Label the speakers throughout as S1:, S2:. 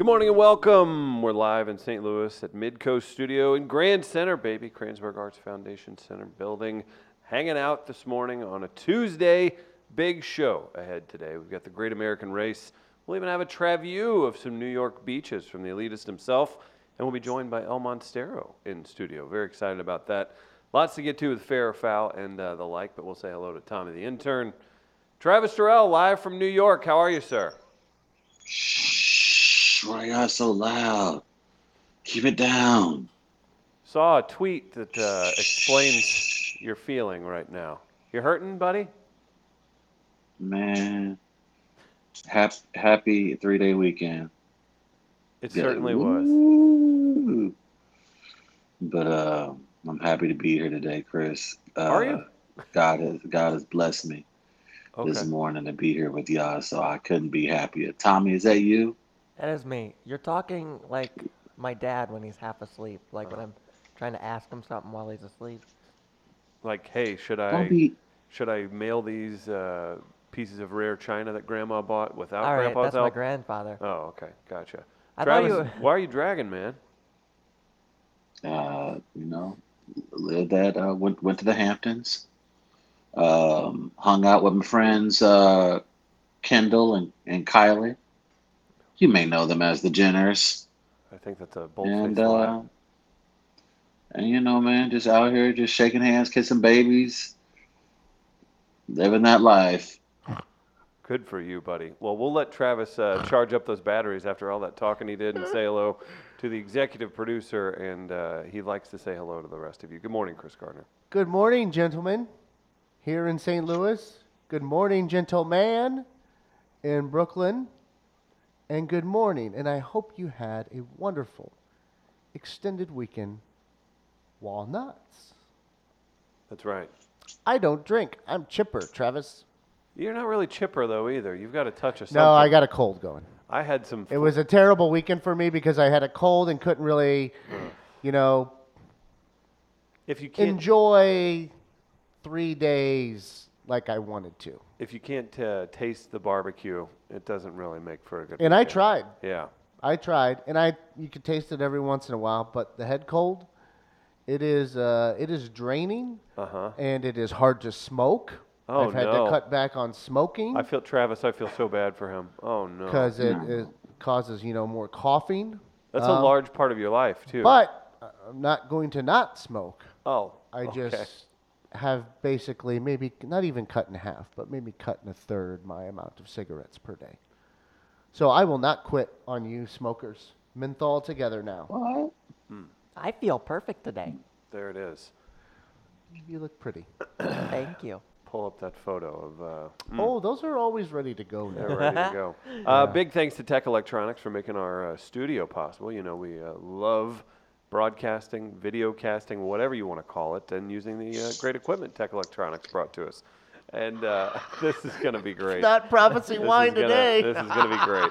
S1: morning and welcome. We're live in St. Louis at Midcoast Studio in Grand Center, baby, Kransberg Arts Foundation Center building. Hanging out this morning on a Tuesday. Big show ahead today. We've got the Great American Race. We'll even have a traview of some New York beaches from the elitist himself. And we'll be joined by El Monstero in studio. Very excited about that. Lots to get to with Fair or Foul and uh, the like, but we'll say hello to Tommy the intern. Travis Durrell, live from New York. How are you, sir?
S2: Shh, why are you so loud? Keep it down.
S1: Saw a tweet that uh, explains your feeling right now. You hurting, buddy?
S2: Man. Hap- happy three day weekend.
S1: It
S2: Yeah,
S1: certainly was.
S2: woo. But uh, I'm happy to be here today, Chris. Uh,
S1: Are you?
S2: God has God has blessed me this
S1: Okay.
S2: morning to be here with y'all, so I couldn't be happier. Tommy, is that you?
S3: That is me. You're talking like my dad when he's half asleep, like
S1: Uh.
S3: when I'm trying to ask him something while he's asleep.
S1: Like, hey, should
S2: Don't
S1: I
S2: be
S1: should I mail these uh, pieces of rare china that Grandma bought without
S3: All right,
S1: Grandpa's
S3: that's my
S1: help?
S3: grandfather.
S1: oh, okay, gotcha.
S3: I thought
S1: Travis,
S3: you were-
S1: why are you dragging, man?
S2: uh, you know, lived at uh, went went to the Hamptons, um, hung out with my friends uh, Kendall and, and Kylie. You may know them as the Jenners,
S1: I think that's a bold
S2: and
S1: faced
S2: uh, and you know, man, just out here, just shaking hands, kissing babies, living that life.
S1: Good for you, buddy. Well, we'll let Travis uh, charge up those batteries after all that talking he did and say hello to the executive producer, and uh, he likes to say hello to the rest of you. Good morning, Chris Gardner.
S4: Good morning, gentlemen, here in St. Louis. Good morning, gentleman, in Brooklyn. And good morning. And I hope you had a wonderful extended weekend. Walnuts.
S1: That's right.
S4: I don't drink. I'm chipper, Travis.
S1: You're not really chipper, though, either. You've got a touch of something.
S4: No, I got a cold going.
S1: I had some.
S4: It was a terrible weekend for me because I had a cold and couldn't really, you know,
S1: If you can't,
S4: enjoy three days like I wanted to.
S1: if you can't uh, taste the barbecue, it doesn't really make for a good.
S4: And I
S1: weekend.
S4: tried.
S1: Yeah.
S4: I tried, and I you could taste it every once in a while, but the head cold, it is uh, it is draining,
S1: Uh huh.
S4: and it is hard to smoke.
S1: Oh,
S4: I've had
S1: no.
S4: to cut back on smoking
S1: I feel Travis. I feel so bad for him. Oh no.
S4: because it, it causes you know more coughing.
S1: That's a
S4: um,
S1: large part of your life too.
S4: But I'm not going to not smoke.
S1: oh,
S4: I
S1: okay.
S4: just have basically maybe not even cut in half, but maybe cut in a third my amount of cigarettes per day. So I will not quit on you smokers. Menthol together now.
S2: What?
S3: I feel perfect today.
S1: there it is.
S4: You look pretty.
S3: Thank you.
S1: Pull up that photo of. Uh,
S4: Oh, those are always ready to go
S1: They're
S4: now.
S1: ready to go. Uh, Big thanks to Tech Electronics for making our uh, studio possible. You know, we uh, love broadcasting, video casting, whatever you want to call it, and using the uh, great equipment Tech Electronics brought to us. And uh, this is going to be great.
S4: Not prophecy
S1: This is
S4: wine
S1: gonna-
S4: today.
S1: This is going to be great.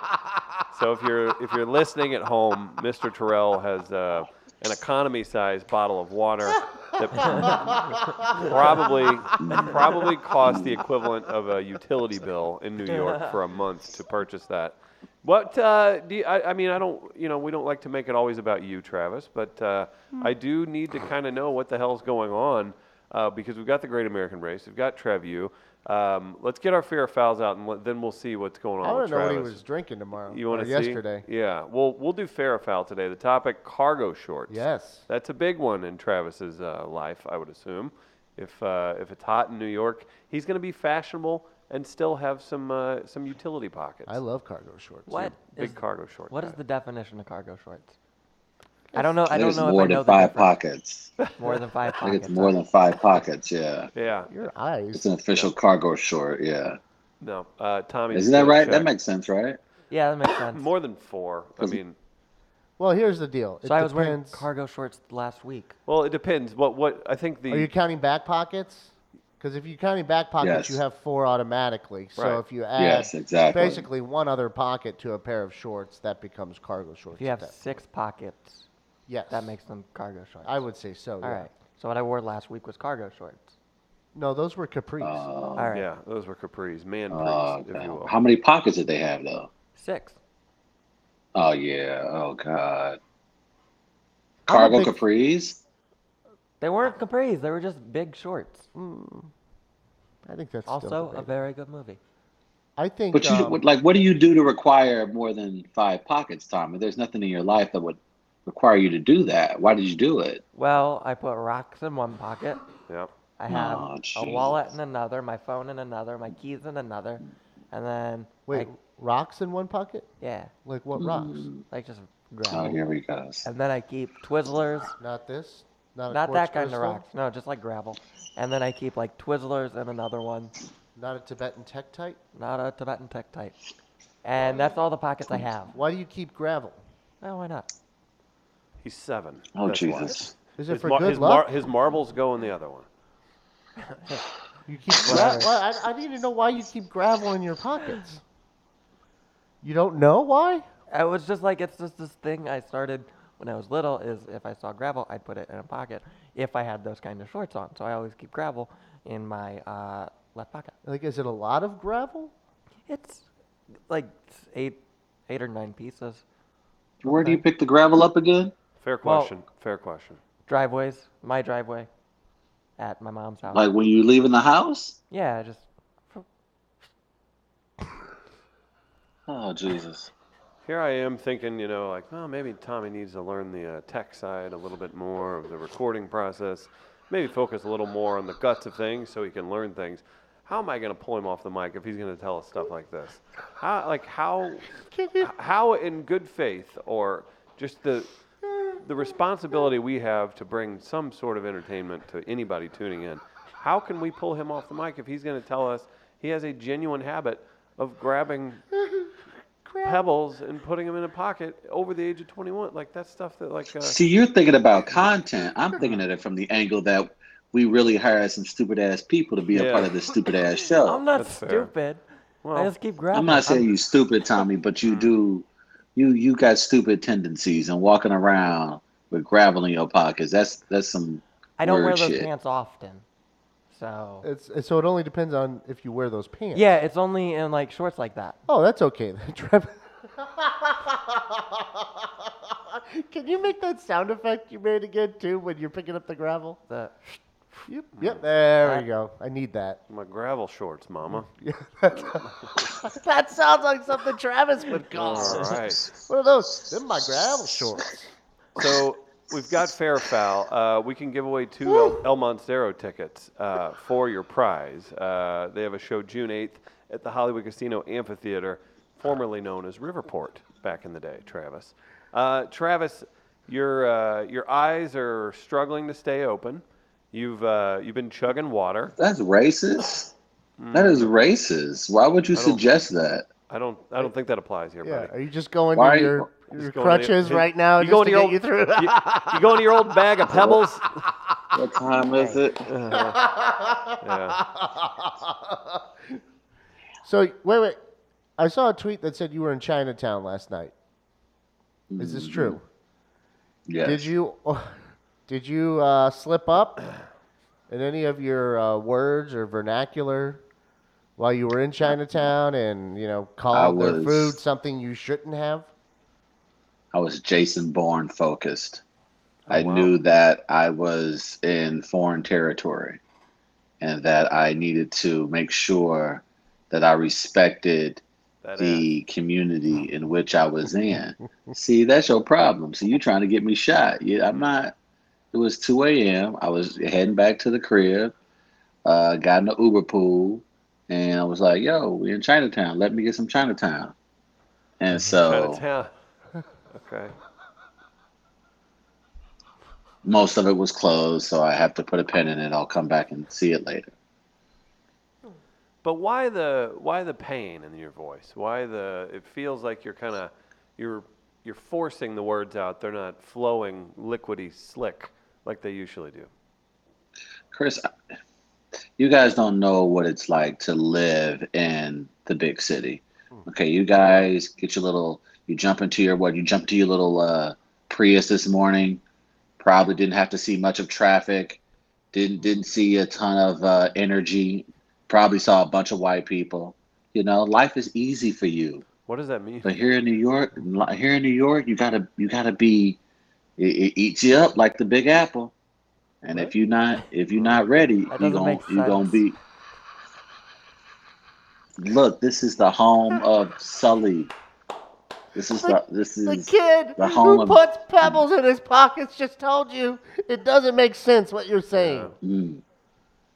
S1: So if you're if you're listening at home, Mr. Terrell has uh, an economy-sized bottle of water that probably probably cost the equivalent of a utility bill in New York for a month to purchase that. What uh, do you, I, I mean? I don't. You know, we don't like to make it always about you, Travis, but uh,
S4: Hmm.
S1: I do need to kind of know what the hell's going on uh, because we've got the Great American Race, we've got Trevu. Um, let's get our fair fouls out, and let, then we'll see what's going on.
S4: I want
S1: with
S4: to know what he
S1: Travis.
S4: was drinking tomorrow.
S1: You
S4: want
S1: want
S4: to
S1: to
S4: yesterday?
S1: Yeah. Well, we'll do Farafal today. The topic: cargo shorts.
S4: Yes.
S1: That's a big one in Travis's uh, life, I would assume. If uh, if it's hot in New York, he's going to be fashionable and still have some uh, some utility pockets.
S4: I love cargo shorts.
S3: What
S1: big
S3: is-
S1: cargo short.
S3: What is
S1: guy.
S3: the definition of cargo shorts? I don't know. I don't
S2: There's
S3: know if
S2: more
S3: I know
S2: than
S3: the
S2: five
S3: difference.
S2: pockets.
S3: More than five
S2: I think it's
S3: pockets.
S2: more
S3: huh?
S2: than five pockets. Yeah,
S1: Yeah.
S4: Your
S2: it's
S4: eyes.
S2: an official cargo short. Yeah,
S1: No. Uh, Tommy.
S2: isn't that
S1: did
S2: right?
S1: check.
S2: That makes sense, right?
S3: Yeah, that makes sense.
S1: more than four. I mean,
S4: Well, here's the deal. It
S3: so I was wearing
S4: depends-
S3: cargo shorts last week.
S1: well, it depends. What what I think the
S4: Are Oh, you counting back pockets? Because if you're counting back
S2: Yes.
S4: pockets, you have four automatically. So
S1: Right.
S4: if you add
S2: Yes, exactly.
S4: basically one other pocket to a pair of shorts, that becomes cargo shorts.
S3: If you have
S4: at that-
S3: six pockets,
S4: yes,
S3: that makes them cargo shorts.
S4: I would say so.
S3: All right. So what I wore last week was cargo shorts.
S4: No, those were capris.
S2: Uh,
S3: All right.
S1: yeah, those were capris, man,
S2: Uh,
S1: capris, if you will.
S2: how many pockets did they have though?
S3: Six.
S2: Oh yeah. Oh god.
S4: I'm a
S2: Cargo
S4: big-
S2: capris.
S3: They weren't capris. They were just big shorts.
S4: Mm, I think that's still
S3: Also, a
S4: debatable.
S3: very good movie.
S4: I think.
S2: But you
S4: um,
S2: what- like, what do you do to require more than five pockets, Tommy? There's nothing in your life that would require you to do that. Why did you do it?
S3: Well, I put rocks in one pocket.
S1: Yeah.
S3: I have
S2: Oh,
S3: a wallet
S2: jeez.
S3: in another, my phone in another, my keys in another, and then like,
S4: wait, rocks in one pocket?
S3: yeah,
S4: Like what
S3: Mm-hmm.
S4: rocks?
S2: Mm.
S3: like just
S2: Oh,
S3: gravel.
S2: here he goes.
S3: And then I keep Twizzlers,
S4: Not this. Not, a
S3: not
S4: quartz
S3: that kind
S4: crystal,
S3: of rocks, no, just like gravel. And then I keep like Twizzlers and another one,
S4: Not a Tibetan tektite.
S3: not a Tibetan tektite. And that's all the pockets I have.
S4: Why do you keep gravel?
S3: Oh, why not?
S1: He's seven.
S2: Oh
S1: That's why.
S2: Jesus.
S4: Is it
S1: his
S4: for
S1: mar-
S4: good
S1: his,
S4: luck?
S1: mar- his marbles go in the other one.
S4: you keep gravel. Well, I, I need to know why you keep gravel in your pockets. You don't know why?
S3: It was just like it's just this thing I started when I was little. Is if I saw gravel, I'd put it in a pocket. If I had those kind of shorts on, so I always keep gravel in my uh, left pocket.
S4: Like, is it a lot of gravel?
S3: It's like s- eight, eight or nine pieces.
S2: Where do you pick the gravel up again?
S1: Fair
S3: Well-
S1: question. fair question.
S3: Driveways, my driveway, at my mom's house.
S2: Like when you leave in the house?
S3: yeah, just
S2: Oh Jesus.
S1: Here I am thinking, you know, like, oh, maybe Tommy needs to learn the uh, tech side a little bit more of the recording process. Maybe focus a little more on the guts of things so he can learn things. How am I going to pull him off the mic if he's going to tell us stuff like this? How, like, how, how in good faith or just the the responsibility we have to bring some sort of entertainment to anybody tuning in. How can we pull him off the mic if he's going to tell us he has a genuine habit of grabbing pebbles and putting them in a pocket over the age of 21? Like that's stuff that like uh,
S2: See, you're thinking about content. I'm thinking of it from the angle that we really hired some stupid ass people to be a
S1: Yeah.
S2: part of this stupid ass show.
S3: I'm not
S1: that's fair.
S3: stupid. I
S1: well,
S3: just keep gravel.
S2: I'm not saying you stupid, Tommy, but
S1: Mm-hmm.
S2: you do. You you got stupid tendencies and walking around with gravel in your pockets. That's that's some.
S3: I don't wear
S2: word
S3: those
S2: shit.
S3: pants often, so
S4: It's, it's so it only depends on if you wear those pants.
S3: yeah, it's only in like shorts like that.
S4: Oh, that's okay. then, Trev. Can you make that sound effect you made again too when you're picking up the gravel?
S3: The
S4: Yep.
S1: Mm.
S4: Yep. There
S3: That-
S4: we go. I need that.
S1: my gravel shorts, mama.
S4: that sounds like something Travis would
S1: All right.
S4: What are those? Them my gravel shorts.
S1: So we've got fair foul. Uh, we can give away two El, El Monstero tickets uh, for your prize. Uh, they have a show June 8th at the Hollywood Casino Amphitheater, formerly known as Riverport back in the day, Travis. Uh, Travis, your, uh, your eyes are struggling to stay open. You've, uh, you've been chugging water.
S2: That's racist. That is racist. Why would you
S1: Mm-hmm. I don't-
S2: suggest that?
S1: I don't, I don't think that applies here,
S4: Yeah.
S1: buddy.
S4: Are you just going
S2: Why are
S4: to
S2: you-
S4: your,
S1: Just going
S4: your
S1: to your-
S4: crutches right now just
S1: go
S4: to
S1: into your
S4: get
S1: old-
S4: you through?
S1: you, you go into your old bag of pebbles.
S2: What time is it?
S4: so wait, wait. I saw a tweet that said you were in Chinatown last night. Is
S2: Mm-hmm.
S4: this true?
S2: Yes.
S4: Did you did you uh, slip up in any of your uh, words or vernacular while you were in Chinatown and you know called their
S2: was-
S4: food something you shouldn't have?
S2: I was Jason Bourne focused. I
S1: Oh, wow.
S2: knew that I was in foreign territory and that I needed to make sure that I respected
S1: That ass. Hmm.
S2: the community in which I was in. See, that's your problem. See, you trying to get me shot. Yeah, I'm not. It was 2 a.m. I was heading back to the crib. Uh, got in the Uber pool, and I was like, "Yo, we're in Chinatown. Let me get some Chinatown." And so
S1: Mhm. Chinatown. Okay.
S2: most of it was closed, so I have to put a pin in it. I'll come back and see it later.
S1: But why the why the pain in your voice? Why the it feels like you're kind of you're you're forcing the words out. They're not flowing liquidy slick like they usually do.
S2: Chris, you guys don't know what it's like to live in the big city. Okay, you guys get your little, you jump into your what? You jump to your little uh, Prius this morning. Probably didn't have to see much of traffic. Didn't didn't see a ton of uh, energy. Probably saw a bunch of white people. You know, life is easy for you.
S1: What does that mean?
S2: But here in New York, here in New York, you gotta you gotta be it, it eats you up like the Big Apple. And if you not if you're not ready, you
S3: That
S2: gon'
S3: doesn't make
S2: you gonna
S3: sense.
S2: be. Look, this is the home of Sully. This is the this
S4: The
S2: is
S4: kid
S2: the
S4: who
S2: home of
S4: puts pebbles in his pockets just told you it doesn't make sense what you're saying.
S1: Yeah.
S2: Mm.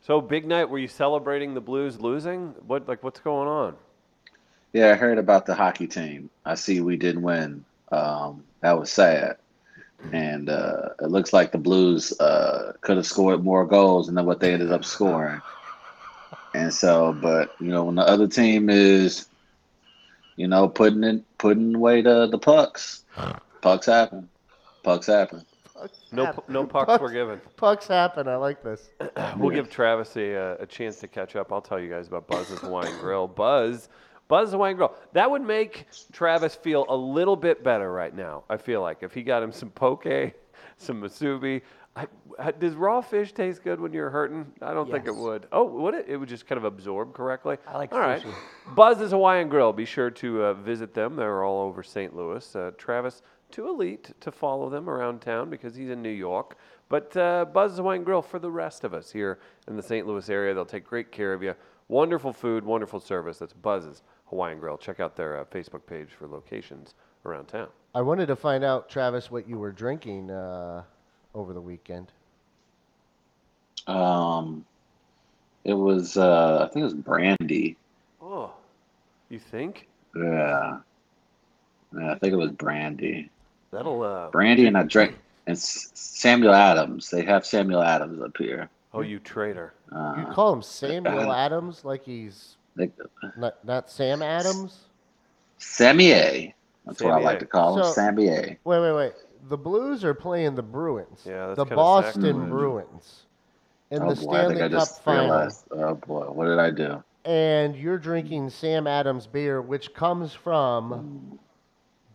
S1: So big night. Were you celebrating the Blues losing? What like what's going on?
S2: Yeah, I heard about the hockey team. I see we didn't win. Um, that was sad. And uh, it looks like the Blues uh, could have scored more goals than what they ended up scoring. And so, but you know, when the other team is, you know, putting in putting away the the pucks, pucks happen, pucks happen.
S1: No,
S4: Happen.
S1: pu- no pucks were given.
S4: Pucks happen. I like this.
S1: We'll
S2: Yeah.
S1: give Travis a, uh, a chance to catch up. I'll tell you guys about Buzz's Wine Grill. Buzz, Buzz's Wine Grill. That would make Travis feel a little bit better right now. I feel like if he got him some poke, some masubi. I, I- does raw fish taste good when you're hurting? I don't think it
S3: Yes.
S1: would. Oh, would it? It would just kind of absorb correctly.
S3: I like
S1: All right.
S3: sushi.
S1: Buzz's Hawaiian Grill. Be sure to uh, visit them. They're all over St. Louis. Uh, Travis, too elite to follow them around town because he's in New York. But uh, Buzz's Hawaiian Grill for the rest of us here in the St. Louis area. They'll take great care of you. Wonderful food, wonderful service. That's Buzz's Hawaiian Grill. Check out their uh, Facebook page for locations around town.
S4: I wanted to find out, Travis, what you were drinking uh, over the weekend.
S2: Um, it was uh, I think it was brandy.
S1: Oh, you think?
S2: Yeah, yeah I think it was brandy.
S1: That'll. Uh,
S2: Brandy and I drank and S- Samuel Adams. They have Samuel Adams up here.
S1: oh, you traitor.
S4: You
S2: Uh,
S4: call him Samuel Adams, like he's
S2: they-
S4: not, not Sam Adams.
S2: Sammy That's what I
S1: Sammy A.
S2: like to call him.
S4: So-
S2: Sammy A.
S4: Wait, wait, wait. The Blues are playing the Bruins.
S1: Yeah, that's
S4: the
S1: kinda
S4: Boston
S2: sacrilege.
S4: Bruins in
S2: Mm. Oh
S4: the
S2: boy, I
S4: Stanley
S2: think I
S4: Cup
S2: just
S4: final,
S2: realized. Oh boy, what did I do?
S4: and you're drinking Sam Adams beer, which comes from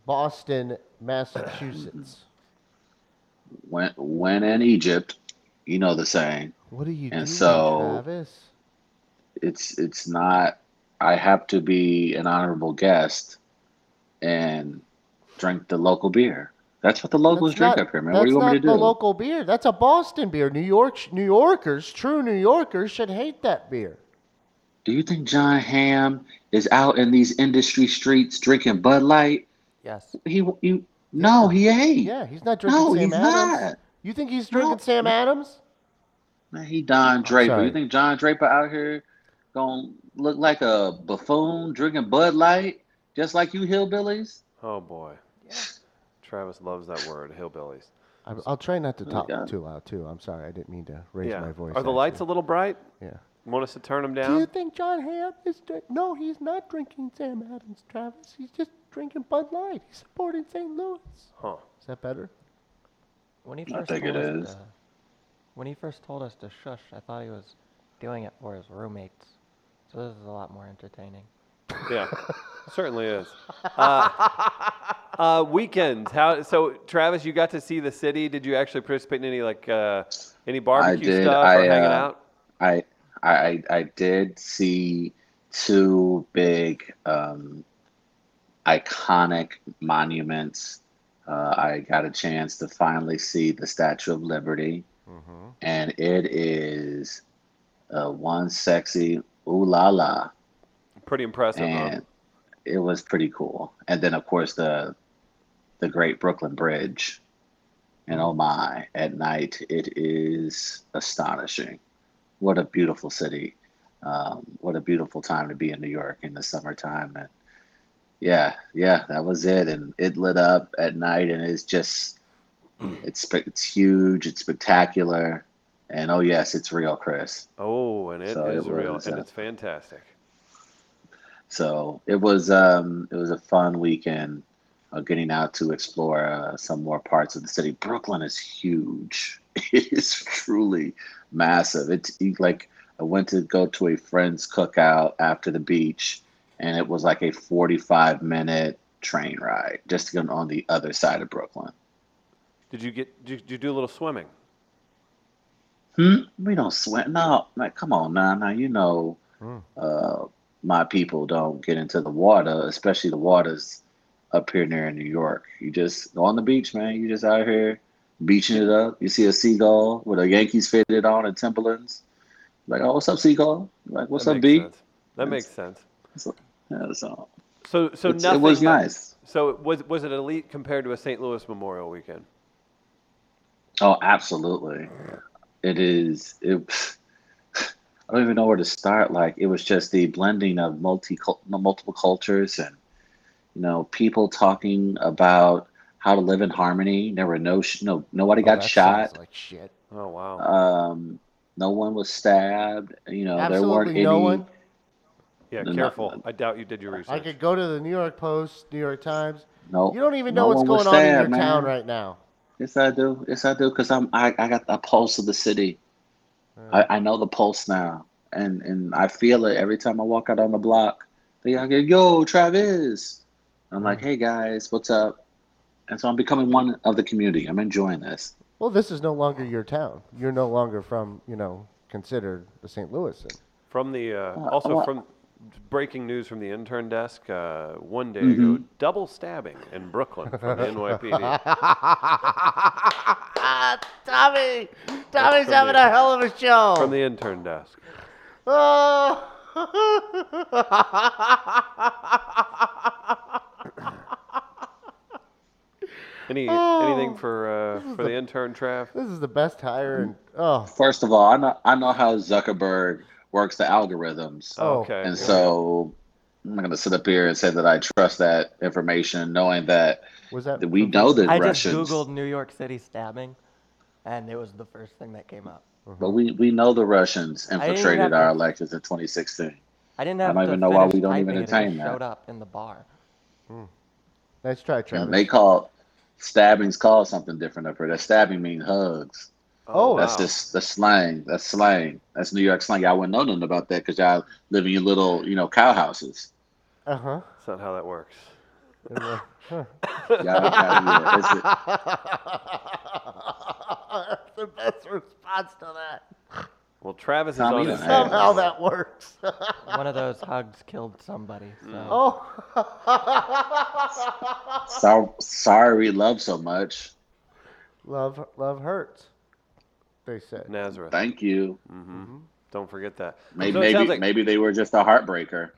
S4: Boston, Massachusetts.
S2: When when in Egypt, you know the saying.
S4: What are you doing,
S2: And so-
S4: Travis?
S2: It's it's not. I have to be an honorable guest, and drink the local beer. That's what the locals
S4: That's
S2: drink
S4: not-
S2: up here, man. What do you
S4: that's
S2: want me to
S4: not
S2: do?
S4: The local beer. That's a Boston beer. New York, New Yorkers, true New Yorkers should hate that beer.
S2: do you think John Hamm is out in these industry streets drinking Bud Light?
S3: Yes.
S2: He, he no, he ain't.
S4: Yeah, he's not drinking
S2: no,
S4: Sam
S2: he's
S4: Adams.
S2: not.
S4: You think he's drinking
S2: No.
S4: Sam Adams?
S2: Man, he Don Draper.
S4: sorry.
S2: You think John Draper out here gonna look like a buffoon drinking Bud Light, just like you hillbillies?
S1: Oh boy. Travis loves that word, hillbillies.
S4: I- I'll try not to
S2: Oh,
S4: talk
S2: God.
S4: too loud too. I'm sorry, I didn't mean to raise my voice.
S1: Are the lights a
S4: actually.
S1: little bright?
S4: Yeah.
S1: Want us to turn them
S4: Do you
S1: down?
S4: think John Hamm is drink? No, he's not drinking Sam Adams, Travis. He's just drinking Bud Light. He's supporting St. Louis.
S1: Huh.
S4: Is that better?
S3: When he
S2: I
S3: first
S2: think
S3: told
S2: it
S3: us
S2: is.
S3: To, when he first told us to shush, I thought he was doing it for his roommates. So this is a lot more entertaining.
S1: Yeah. certainly is. Uh, uh, weekends. How? So Travis, you got to see the city. Did you actually participate in any like uh, any barbecue
S2: did.
S1: stuff or
S2: I,
S1: hanging
S2: uh,
S1: out?
S2: I I I I did see two big um, iconic monuments. Uh, I got a chance to finally see the Statue of Liberty,
S4: Mm-hmm.
S2: and it is uh, one sexy ooh la la.
S1: Pretty impressive. huh?
S2: and it was pretty cool. And then of course the the Great Brooklyn Bridge. And oh my, at night it is astonishing. What a beautiful city. Um, what a beautiful time to be in New York in the summertime. And yeah, yeah, that was it. And it lit up at night, and it's just it's spe- it's huge, it's spectacular, and oh yes, it's real, Chris.
S1: Oh, and it is
S2: So it
S1: real,
S2: was,
S1: and
S2: uh,
S1: it's fantastic.
S2: So it was um, it was a fun weekend, uh, getting out to explore uh, some more parts of the city. Brooklyn is huge; it is truly massive. It's e- like I went to go to a friend's cookout after the beach, and it was like a forty-five minute train ride just to get on the other side of Brooklyn.
S1: Did you get? Did you, did you do a little swimming?
S2: Hmm? We don't swim. No, like, come on now. Now you know
S4: Mm.
S2: uh, my people don't get into the water, especially the waters up here near New York. You just go on the beach, man. You just out here beaching it up. You see a seagull with a Yankees fitted on and Timberlands. Like, oh, what's up, seagull? Like, what's
S1: that
S2: up,
S1: makes
S2: B?
S1: sense. That makes sense.
S2: Yeah, so
S1: So, so
S2: it's-
S1: nothing.
S2: it was nice.
S1: So it was was it elite compared to a St. Louis Memorial weekend?
S2: Oh, absolutely. It is. It, I don't even know where to start. Like it was just the blending of multi multiple cultures and you know people talking about how to live in harmony. There were no sh- no nobody
S4: Oh,
S2: got shot.
S4: Like shit.
S1: Oh wow!
S2: Um, no one was stabbed. You know there weren't
S4: Absolutely
S2: any.
S4: no one.
S1: yeah,
S2: no,
S1: careful.
S2: no.
S1: I doubt you did your research.
S4: I could go to the New York Post, New York Times.
S2: no-
S4: You don't even
S2: no
S4: know what's
S2: one was
S4: going on in your
S2: stabbed, man.
S4: town right now.
S2: Yes, I do. Yes, I do. Cause I'm I, I got a pulse of the city. I, I know the pulse now, and and I feel it every time I walk out on the block. They all go, "Yo, Travis." I'm like,
S3: Mm.
S2: "Hey guys, what's up?" And so I'm becoming one of the community. I'm enjoying this.
S4: Well, this is no longer your town. You're no longer from, you know, considered the St. Louisan.
S1: From the uh,
S2: Uh,
S1: also
S2: well-
S1: from breaking news from the intern desk uh, one day ago, double stabbing in Brooklyn from the NYPD.
S4: ah, Tommy! Tommy's
S1: from
S4: having
S1: the-
S4: a hell of a show.
S1: From the intern desk.
S4: Oh.
S1: Any
S4: Oh.
S1: anything for uh, for the intern, Trav?
S4: this is the best hire and oh,
S2: First of all, I know I know how Zuckerberg works the algorithms,
S4: Oh.
S1: okay.
S2: and so I'm not gonna sit up here and say that I trust that information, knowing that
S4: was that
S2: that we
S4: from
S2: know that
S3: I
S2: Russians.
S3: just googled New York City stabbing, and it was the first thing that came up.
S2: But we, we know the Russians
S3: even
S2: infiltrated
S3: have
S2: our
S3: to-
S2: elections in 2016.
S3: I didn't
S2: I
S3: have
S2: don't
S3: to
S2: even know why
S3: finish
S2: we don't even
S3: typing
S2: entertain
S3: it, it just
S2: that.
S3: Showed up in the bar.
S4: Nice try,
S2: And
S4: Travis.
S2: they call stabbings called something different up here. That stabbing means hugs.
S4: Oh,
S2: That's just the slang. That's slang. That's New York slang. Y'all wouldn't know nothing about that because y'all live in your little, you know, cow houses.
S4: uh huh.
S1: That's not how that works.
S2: Y'all don't have- yeah, it's a-
S4: That's the best response to that.
S1: Well, Travis is
S2: Tommy
S1: on his
S2: don't have
S4: Somehow that works.
S3: One of those hugs killed somebody. So.
S4: oh.
S2: sor- sorry, love so much.
S4: love, love hurts. They said.
S1: Nazareth.
S2: Thank you.
S1: hmm Don't forget that.
S2: Maybe
S1: so it
S2: maybe,
S1: sounds like-
S2: maybe they were just a heartbreaker.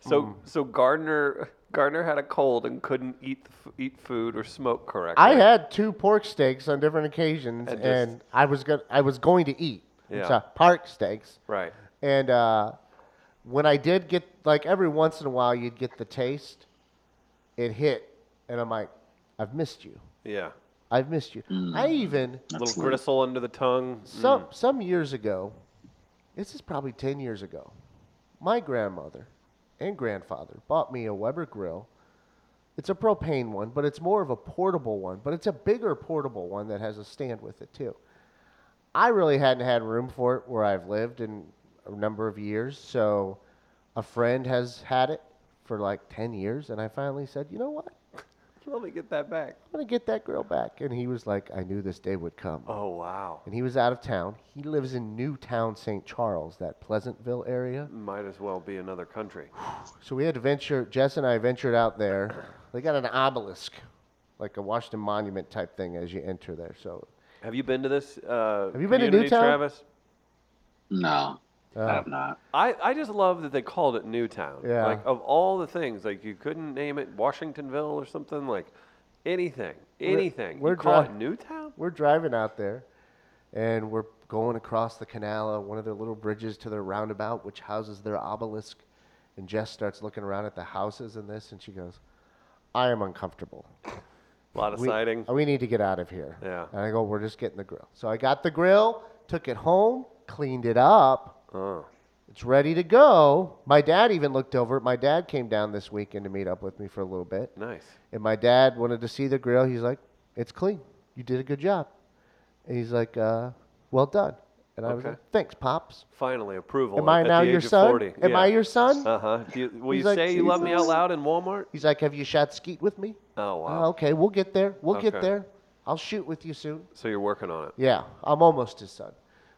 S1: So so Gardner Gardner had a cold and couldn't eat f- eat food or smoke correctly.
S4: I had two pork steaks on different occasions,
S1: And
S4: and,
S1: just-
S4: I was going I was going to eat.
S1: Yeah.
S4: So, pork steaks.
S1: right.
S4: And uh, when I did get, like every once in a while, you'd get the taste. It hit, and I'm like, I've missed you.
S1: Yeah.
S4: I've missed you. I even
S1: little
S2: Absolutely.
S1: gristle under the tongue. Mm.
S4: some some years ago. This is probably ten years ago. My grandmother and grandfather bought me a Weber grill. It's a propane one, but it's more of a portable one. But it's a bigger portable one that has a stand with it too. I really hadn't had room for it where I've lived in a number of years. So a friend has had it for like 10 years. And I finally said, you know what? I'm
S1: Let me get that back.
S4: going to get that grill back. And he was like, I knew this day would come.
S1: Oh wow.
S4: And he was out of town. He lives in Newtown, St. Charles, that Pleasantville area.
S1: Might as well be another country.
S4: So we had to venture, Jess and I ventured out there. They got an obelisk, like a Washington Monument type thing as you enter there. So
S1: Have you been to this? Uh,
S4: Have you been to
S1: community,
S4: Newtown?
S1: Travis?
S2: No,
S4: Oh.
S2: I'm not.
S1: I, I just love that they called it Newtown.
S4: Yeah.
S1: Like of all the things, like you couldn't name it Washingtonville or something like anything, anything.
S4: we're
S1: you call
S4: dri-
S1: it Newtown.
S4: we're driving out there and we're going across the canal uh, one of their little bridges to their roundabout which houses their obelisk and jess starts looking around at the houses and this and she goes i am uncomfortable
S1: A lot of
S4: we,
S1: siding.
S4: we need to get out of here
S1: Yeah.
S4: and i go we're just getting the grill so i got the grill took it home cleaned it up
S1: Oh.
S4: it's ready to go my dad even looked over it my dad came down this weekend to meet up with me for a little bit
S1: nice.
S4: and my dad wanted to see the grill. He's like, "It's clean. You did a good job." And he's like, uh, "Well done." And I was
S1: Okay.
S4: like, "Thanks, pops.
S1: Finally, approval.
S4: Am I
S1: at
S4: now
S1: the
S4: your
S1: age
S4: son?
S1: Of 40.
S4: Am I your son?"
S1: Uh huh. You, will
S4: He's
S1: you
S4: like,
S1: say you love me out
S4: "Jesus."
S1: loud in Walmart?
S4: He's like, "Have you shot skeet with me?"
S1: Oh
S4: "Uh,
S1: wow.
S4: okay, we'll get there. We'll
S1: Okay.
S4: get there. I'll shoot with you soon.
S1: So you're working on it.
S4: Yeah, I'm almost his son.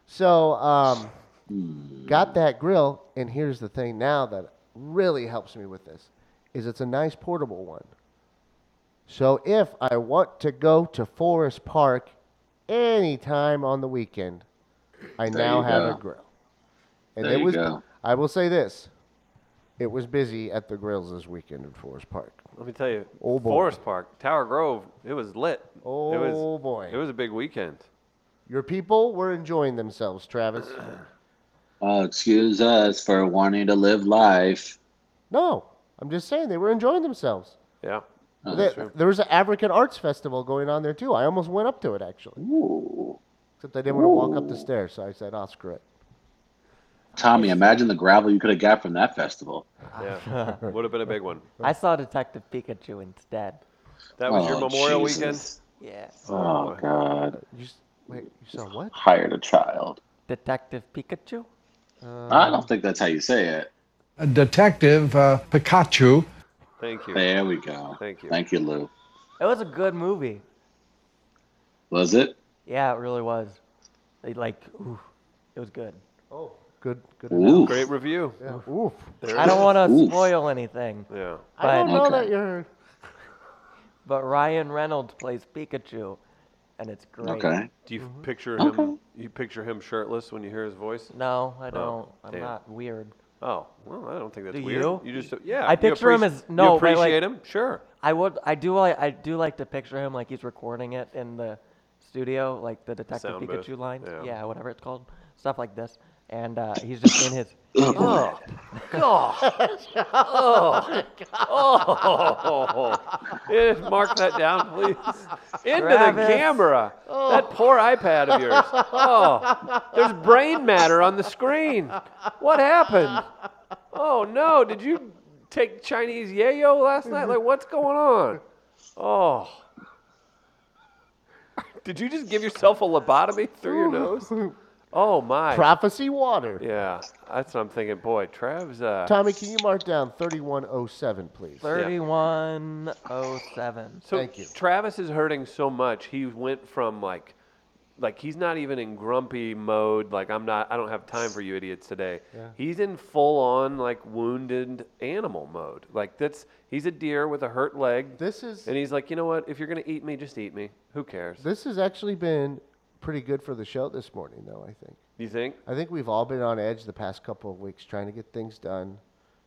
S4: So um,
S2: Hmm.
S4: Got that grill, and here's the thing now that really helps me with this is it's a nice portable one. So if I want to go to Forest Park anytime on the weekend, I
S2: There
S4: now
S2: you
S4: have a
S2: go.
S4: grill. And
S2: There
S4: it
S2: you
S4: was
S2: go.
S4: I will say this. It was busy at the grills this weekend in Forest Park.
S1: Let me tell you,
S4: Oh, boy.
S1: Forest Park, Tower Grove, it was lit. it
S4: Oh,
S1: was,
S4: boy.
S1: it was a big weekend.
S4: Your people were enjoying themselves, Travis.
S2: Uh, excuse us for wanting to live life.
S4: no, I'm just saying they were enjoying themselves.
S1: Yeah,
S2: Oh,
S4: There-
S2: that's right.
S4: there was an African arts festival going on there too. I almost went up to it actually,
S2: Ooh.
S4: except I didn't want to walk up the
S2: Ooh.
S4: stairs, so I said, "I'll screw it."
S2: Tommy, imagine the gravel you could have got from that festival.
S1: yeah, would have been a big one.
S3: I saw Detective Pikachu instead.
S1: That was your
S2: Oh,
S1: Memorial
S2: Jesus.
S3: Yeah.
S2: Oh, God.
S4: You s- wait, you saw what?
S2: Hired a child.
S3: Detective Pikachu?
S2: I don't think that's how you say it.
S5: Detective uh, Pikachu
S1: weekend. Thank you.
S2: There we go.
S1: Thank you.
S2: Thank you, Lou.
S3: It was a good movie.
S2: Was it?
S3: Yeah, it really was. They, like, ooh, it was good.
S4: Oh, good, good.
S2: Ooh.
S1: Great review.
S4: Yeah. Oof.
S1: There
S3: I
S1: it
S3: don't want to
S2: Oof.
S3: spoil anything,
S1: is. Yeah.
S4: I don't
S3: but
S4: know
S2: Okay.
S4: that you're.
S3: but Ryan Reynolds plays Pikachu, and it's great.
S2: Okay.
S1: Do you f-
S3: Mm-hmm.
S1: picture him?
S2: Okay.
S1: You picture him shirtless when you hear his voice?
S3: No, I don't. I'm
S1: damn.
S3: not weird.
S1: Oh, well, I don't think that's
S3: Do
S1: weird.
S3: you?
S1: just yeah.
S3: I
S1: you
S3: picture him
S1: appreci-
S3: as- no,
S1: You
S3: wait,
S1: appreciate
S3: like-
S1: him? Sure.
S3: I would. I do. like. I do like to picture him like he's recording it in the studio, like the Detective
S1: sound booth,
S3: Pikachu lines.
S1: yeah.
S3: whatever it's called, stuff like this. And uh, he's just in his.
S2: Oh, boy.
S1: Oh, Eh, mark that down, please. Into
S3: Travis.
S1: the camera. That poor iPad of yours. Oh, there's brain matter on the screen. What happened? Oh no, did you take Chinese yayo last night? Like, what's going on? Oh. Did you just give yourself a lobotomy through your nose? Oh my.
S4: Prophecy water.
S1: yeah, that's what I'm thinking. Boy, Trav's. Uh,
S4: Tommy, can you mark down 3107, please?
S3: Thirty-one oh seven.
S1: So
S4: Thank you.
S1: Travis is hurting so much. He went from like, like he's not even in grumpy mode. Like I'm not. I don't have time for you idiots today. He's in full on like wounded animal mode. Like that's he's a deer with a hurt leg,
S4: This is
S1: and he's like, you know what? If you're gonna eat me, just eat me. Who cares?
S4: this has actually been pretty good for the show this morning, though. I think.
S1: You think?
S4: I think we've all been on edge the past couple of weeks, trying to get things done,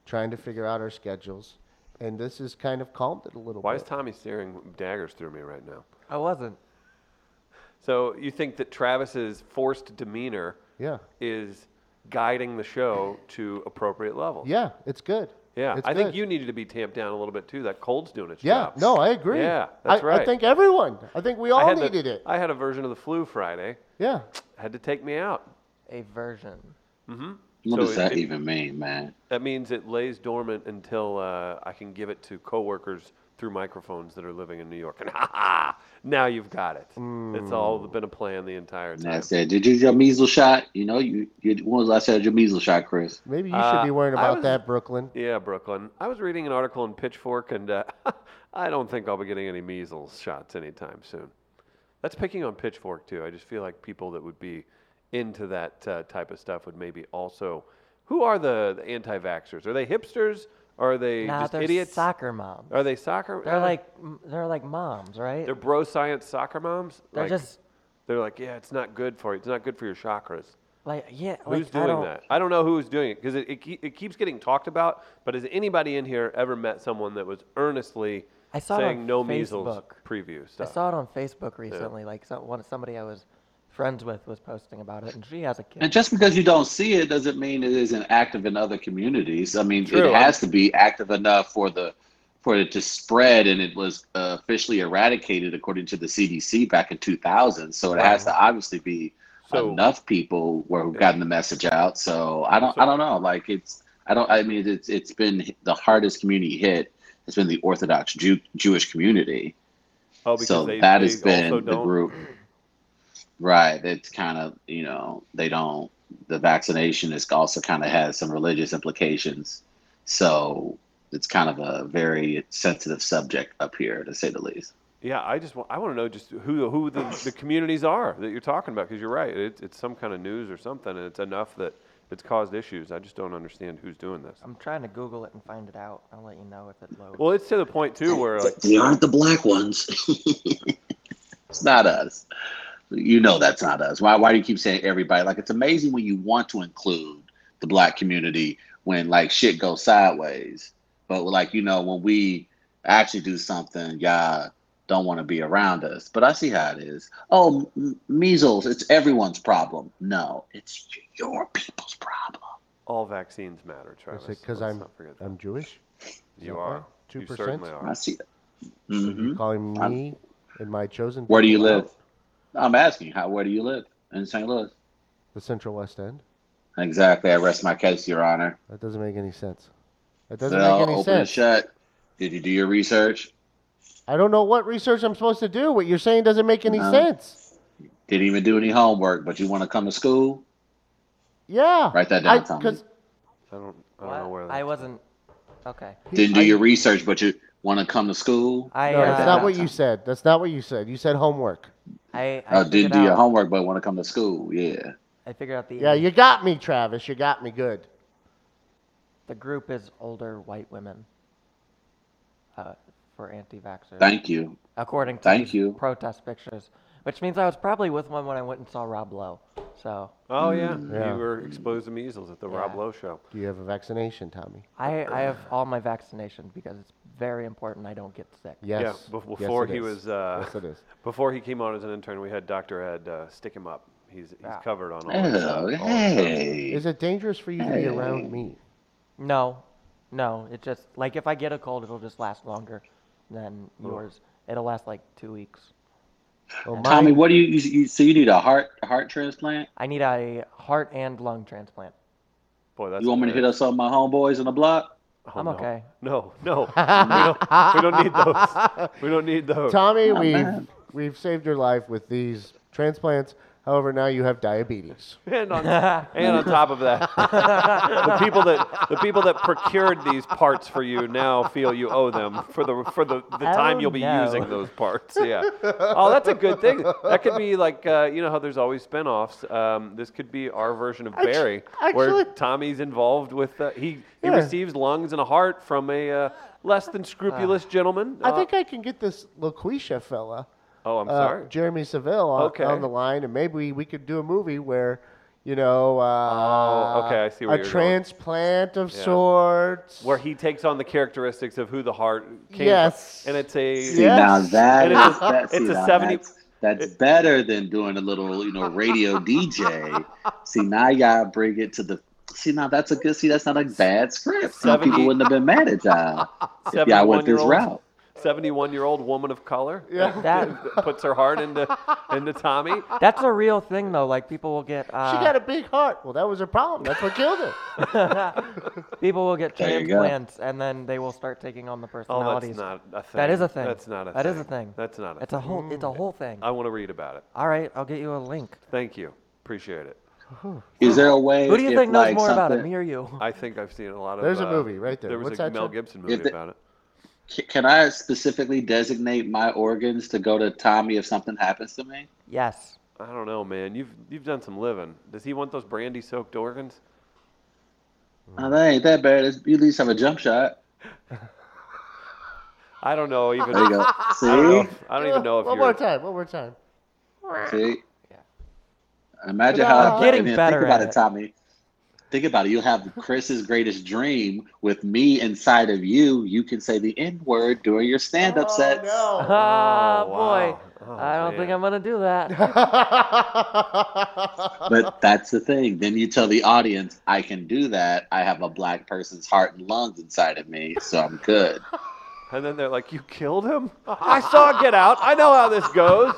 S4: trying to figure out our schedules, and this has kind of calmed it a little
S1: Why is
S4: bit.
S1: Tommy staring daggers through me right now?
S3: I wasn't.
S1: So you think that Travis's forced demeanor
S4: yeah.
S1: is guiding the show to appropriate levels?
S4: Yeah, it's good.
S1: Yeah,
S4: It's
S1: I
S4: good.
S1: think you needed to be tamped down a little bit too. That cold's doing its
S4: Yeah,
S1: job.
S4: no, I agree.
S1: Yeah, that's
S4: I, I
S1: right.
S4: think everyone. I think we
S1: I
S4: all
S1: had the-
S4: needed it.
S1: I had a version of the flu Friday.
S4: Yeah.
S1: Had to take me out.
S3: A version.
S2: What
S1: So
S2: does that
S1: it-
S2: even mean, man?
S1: That means it lays dormant until uh, I can give it to coworkers through microphones that are living in New York. And ha ha! Now you've got it. It's all
S4: Mm.
S1: been a plan the entire
S2: And
S1: time.
S2: I said, did you get your measles shot? You know, you, you when was the last time you had your measles shot, Chris?
S4: Maybe you should
S1: Uh,
S4: be worrying
S1: I
S4: about
S1: was-
S4: that, Brooklyn.
S1: Yeah, Brooklyn. I was reading an article in Pitchfork, and uh, I don't think I'll be getting any measles shots anytime soon. That's picking on Pitchfork too. I just feel like people that would be into that uh, type of stuff would maybe also. Who are the, the anti-vaxxers? Are they hipsters? Are they
S3: Nah,
S1: just
S3: they're
S1: idiots?
S3: soccer moms.
S1: Are they soccer?
S3: They're
S1: uh,
S3: like m- they're like moms, right?
S1: they're
S3: They're,
S1: bro science soccer moms. Like,
S3: just
S1: They're like, yeah, it's not good for you. It's not good for your chakras.
S3: like yeah. like,
S1: Who's doing
S3: I don't-
S1: that? I don't know who's doing it because it, it, ke- it keeps getting talked about. But has anybody in here ever met someone that was earnestly
S3: I saw it
S1: saying
S3: on
S1: no measles
S3: Facebook.
S1: preview
S3: I
S1: stuff?
S3: saw it on Facebook recently. Like so, one, somebody I was friends with was posting about it, and she has a
S2: And
S3: kid.
S2: just because you don't see it doesn't mean it isn't active in other communities. I mean,
S1: True.
S2: it has to be active enough for the for it to spread, and it was uh, officially eradicated according to the CDC back in 2000. So it has to obviously be
S1: So-
S2: enough people where who've gotten the message out. So I don't, I don't know. Like it's, I don't. I mean, it's it's been the hardest community hit. It's been the Orthodox Jew, Jewish community.
S1: oh, because
S2: so
S1: they,
S2: that
S1: they
S2: has been
S1: also
S2: the
S1: don't-
S2: group right it's kind of you know they don't the vaccination is also kind of has some religious implications so it's kind of a very sensitive subject up here to say the least
S1: Yeah, I just want, I want to know just who who the, the communities are that you're talking about because you're right. It, it's some kind of news or something, and it's enough that that's caused issues. I just don't understand who's doing this.
S3: I'm trying to Google it and find it out. I'll let you know if it loads.
S1: Well, it's to the point too where like
S2: They aren't the black ones. it's not us. You know that's not us. Why? Why do you keep saying everybody? Like it's amazing when you want to include the black community when like shit goes sideways. But like you know when we actually do something, y'all don't want to be around us. But I see how it is. Oh, m- measles. It's everyone's problem. No, it's your people's problem.
S1: all vaccines matter, Travis.
S4: it 'cause
S1: Let's
S4: I'm-
S1: not forget that.
S4: I'm Jewish.
S1: you are.
S4: Two
S1: You certainly
S4: percent.
S1: are.
S2: I see that.
S4: So
S2: Mhm.
S4: you're calling
S2: I'm-
S4: me and my chosen.
S2: Where do you
S4: people out?
S2: live? I'm asking. How? Where do you live? In St. Louis.
S4: The Central West End.
S2: Exactly. I rest my case, Your Honor.
S4: That doesn't make any sense. That doesn't
S2: They'll
S4: make any
S2: open and
S4: sense.
S2: shut. Did you do your research?
S4: I don't know what research I'm supposed to do. What you're saying doesn't make any
S2: No.
S4: sense.
S2: Didn't even do any homework, but you want to come to school?
S4: Yeah.
S2: Write that down, Tommy.
S4: Because
S1: I don't. I don't know
S3: What?
S1: where.
S3: I
S1: That,
S3: wasn't. Okay.
S2: Didn't do your research, but you want to come to school?
S3: I,
S4: no,
S3: uh,
S4: that's not what
S2: Tommy.
S4: you said. That's not what you said. You said homework.
S3: I, I
S2: Uh,
S3: figured
S2: didn't do your
S3: out-
S2: homework, but want to come to school? Yeah.
S3: I figured out the
S4: Yeah, you got me, Travis. You got me good.
S3: the group is older white women. Uh, for anti-vaxxers.
S2: Thank you.
S3: according to
S2: Thank
S3: these
S2: you.
S3: protest pictures, which means I was probably with one when I went and saw Rob Lowe. So
S1: oh yeah.
S4: Yeah.
S1: you were exposed to measles at the Rob
S3: Mm. Yeah.
S1: Lowe show.
S4: Do you have a vaccination, Tommy?
S3: I, I have all my vaccination because it's very important I don't get sick.
S4: Yes.
S1: Yeah, bef-
S4: Yes,
S1: before
S4: it
S1: he
S4: is.
S1: was uh,
S4: Yes, it is.
S1: before he came on as an intern, we had Doctor Ed uh, stick him up. He's he's
S3: Yeah.
S1: covered on all. his, uh,
S2: Oh,
S1: all his stuff.
S2: hey.
S4: Is it dangerous for you to be around me?
S3: No, no, it just like if I get a cold, it'll just last longer than yours. It'll last like two weeks.
S4: Oh,
S2: Tommy,
S4: my,
S2: what do you, you, you? So you need a heart heart transplant?
S3: I need a heart and lung transplant.
S1: Boy, that's
S2: You want me to hit
S1: hilarious.
S2: up some of my homeboys on the block?
S1: Oh,
S3: I'm
S1: no.
S3: okay.
S1: No, no, we, don't, we don't need those. We don't need those.
S4: Tommy,
S2: Not
S4: we've,
S2: bad.
S4: we've saved your life with these transplants. However, now you have diabetes.
S1: And on, and on top of that, the people that the people that procured these parts for you now feel you owe them for the for the, the time
S3: Oh,
S1: you'll be
S3: no.
S1: using those parts. Yeah. Oh, that's a good thing. That could be like uh, you know how there's always spinoffs. Um, this could be our version of Barry, where
S4: actually-
S1: Tommy's involved with uh, he he
S4: Yeah.
S1: receives lungs and a heart from a uh, less than scrupulous gentleman.
S4: I
S1: Uh,
S4: think I can get this LaQuisha fella,
S1: Oh, I'm
S4: uh,
S1: sorry.
S4: Jeremy Seville, on,
S1: Okay.
S4: on the line, and maybe we, could do a movie where, you know, uh,
S1: Oh, okay, I see where
S4: a
S1: you're going.
S4: transplant of
S1: Yeah.
S4: sorts.
S1: where he takes on the characteristics of who the heart came
S4: Yes.
S1: from, and it's a
S2: See
S4: Yes.
S2: now
S1: And
S2: that is
S1: it's a-
S2: that-
S1: it's
S2: see,
S1: a
S2: now
S1: 70
S2: That's, that's better than doing a little, you know, radio DJ. See now y'all bring it to the. See now that's a good. See that's not a bad script. Some
S1: 70
S2: people wouldn't have been mad at y'all. if y'all went this
S1: 71-year-old
S2: route.
S1: 71 year old woman of color
S4: Yeah.
S3: That-
S1: puts her heart into into Tommy.
S3: That's a real thing though. Like people will get uh,
S4: she got a big heart. Well, that was her problem. That's what killed her.
S3: uh, people will get
S2: There you go.
S3: transplants and then they will start taking on the
S1: Oh, that's
S3: personalities.
S1: not a thing.
S3: That is a thing.
S1: That's not a
S3: That
S1: thing.
S3: is a thing.
S1: That's not a
S3: It's a
S1: thing.
S3: whole it's a
S2: Mm.
S3: whole thing.
S1: I want to read about it.
S3: All right, I'll get you a link.
S1: Thank you. Appreciate it.
S2: Is there a way?
S3: Who do you
S2: if,
S3: think knows
S2: like,
S3: more about it,
S2: something-
S3: me or you?
S1: I think I've seen a lot of.
S4: There's a
S1: uh,
S4: movie right there.
S1: There was
S4: What's
S1: a
S4: that,
S1: Mel
S4: Joe?
S1: Gibson movie
S2: the-
S1: about it.
S2: C- Can I specifically designate my organs to go to Tommy if something happens to me?
S3: Yes.
S1: I don't know, man. You've you've done some living. Does he want those brandy soaked organs?
S2: Oh, that ain't that bad. It's, you at least have a jump shot.
S1: I don't know even.
S2: There you go.
S1: I don't, know
S2: See,
S1: if- I don't even know if
S4: One
S1: you're.
S4: more time. One more time.
S2: see.
S3: Yeah.
S2: Imagine
S4: But,
S2: how
S4: uh,
S2: and
S3: Getting
S2: then
S3: better
S2: Think about
S3: at
S2: it,
S3: it.
S2: Tommy. Think about it. You'll have Chris's greatest dream with me inside of you. You can say the N word during your stand-up sets.
S4: Oh,
S3: Ah,
S1: Oh,
S3: boy.
S1: wow. Oh,
S3: I don't think
S1: man.
S3: I'm gonna do that.
S4: no.
S2: But that's the thing. Then you tell the audience, I can do that. I have a black person's heart and lungs inside of me, so I'm good.
S1: And then they're like, "You killed him? I saw Get Out. I know how this goes."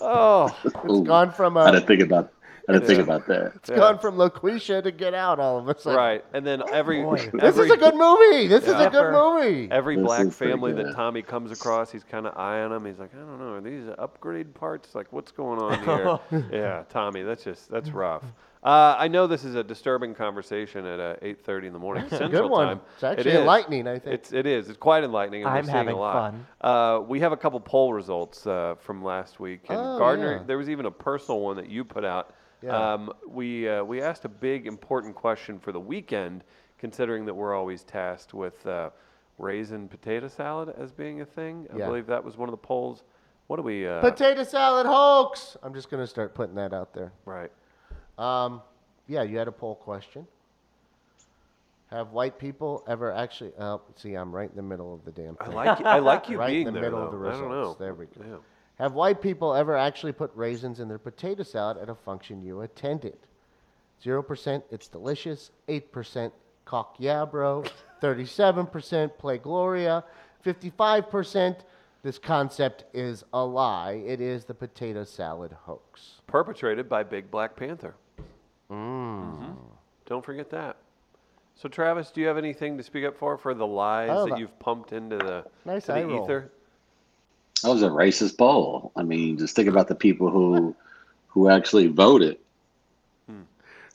S1: Oh,
S2: Ooh,
S4: gone from
S2: I
S4: a,
S2: didn't think about. I didn't think
S1: Yeah.
S2: about that.
S4: it's gone from LaQuisha to Get Out all of a sudden.
S1: right. And then every
S3: boy.
S1: every,
S4: This is a good movie. This is
S1: Yeah.
S4: a good movie.
S1: every
S2: This
S1: black
S2: is pretty
S1: family that
S2: good.
S1: Tommy comes across, he's kind of eyeing them. He's like, "I don't know. Are these upgrade parts? Like, what's going on
S4: Oh.
S1: here?" yeah, Tommy, that's just that's
S4: Mm.
S1: rough. Uh, I know this is a disturbing conversation at uh, 8:30 in the morning
S4: It's a
S1: Central
S4: good one.
S1: Time.
S4: It's
S1: It
S4: actually
S1: is.
S4: enlightening, I think.
S1: It's it is. It's quite enlightening. And
S3: I'm
S1: we're seeing
S3: having
S1: a lot.
S3: fun.
S1: Uh, we have a couple poll results uh, from last week, and
S4: Oh,
S1: Gardner.
S4: yeah.
S1: There was even a personal one that you put out
S4: Yeah.
S1: Um, we uh, we asked a big important question for the weekend, considering that we're always tasked with uh, raisin potato salad as being a thing. I
S4: Yeah.
S1: believe that was one of the polls. What do we? Uh,
S4: Potato salad hoax. I'm just gonna start putting that out there.
S1: right.
S4: Um, yeah, you had a poll question. Have white people ever actually? Uh, see, I'm right in the middle of the damn
S1: I
S4: thing.
S1: like I like you
S4: right
S1: being
S4: in the
S1: there.
S4: middle of
S1: though.
S4: the results.
S1: I don't know.
S4: There we go.
S1: Yeah.
S4: Have white people ever actually put raisins in their potato salad at a function you attended? Zero percent. It's delicious. Eight percent. Cock yeah, bro. Thirty-seven percent. Play Gloria. Fifty-five percent. This concept is a lie. It is the potato salad hoax.
S1: Perpetrated by Big Black Panther.
S4: Mm.
S1: Mm-hmm. Don't forget that. So Travis, do you have anything to speak up for for the lies
S4: Oh,
S1: that
S4: the-
S1: you've pumped into the
S4: Nice
S1: to the
S4: eye roll.
S1: ether?
S2: That was a racist poll. I mean, just think about the people who who actually voted.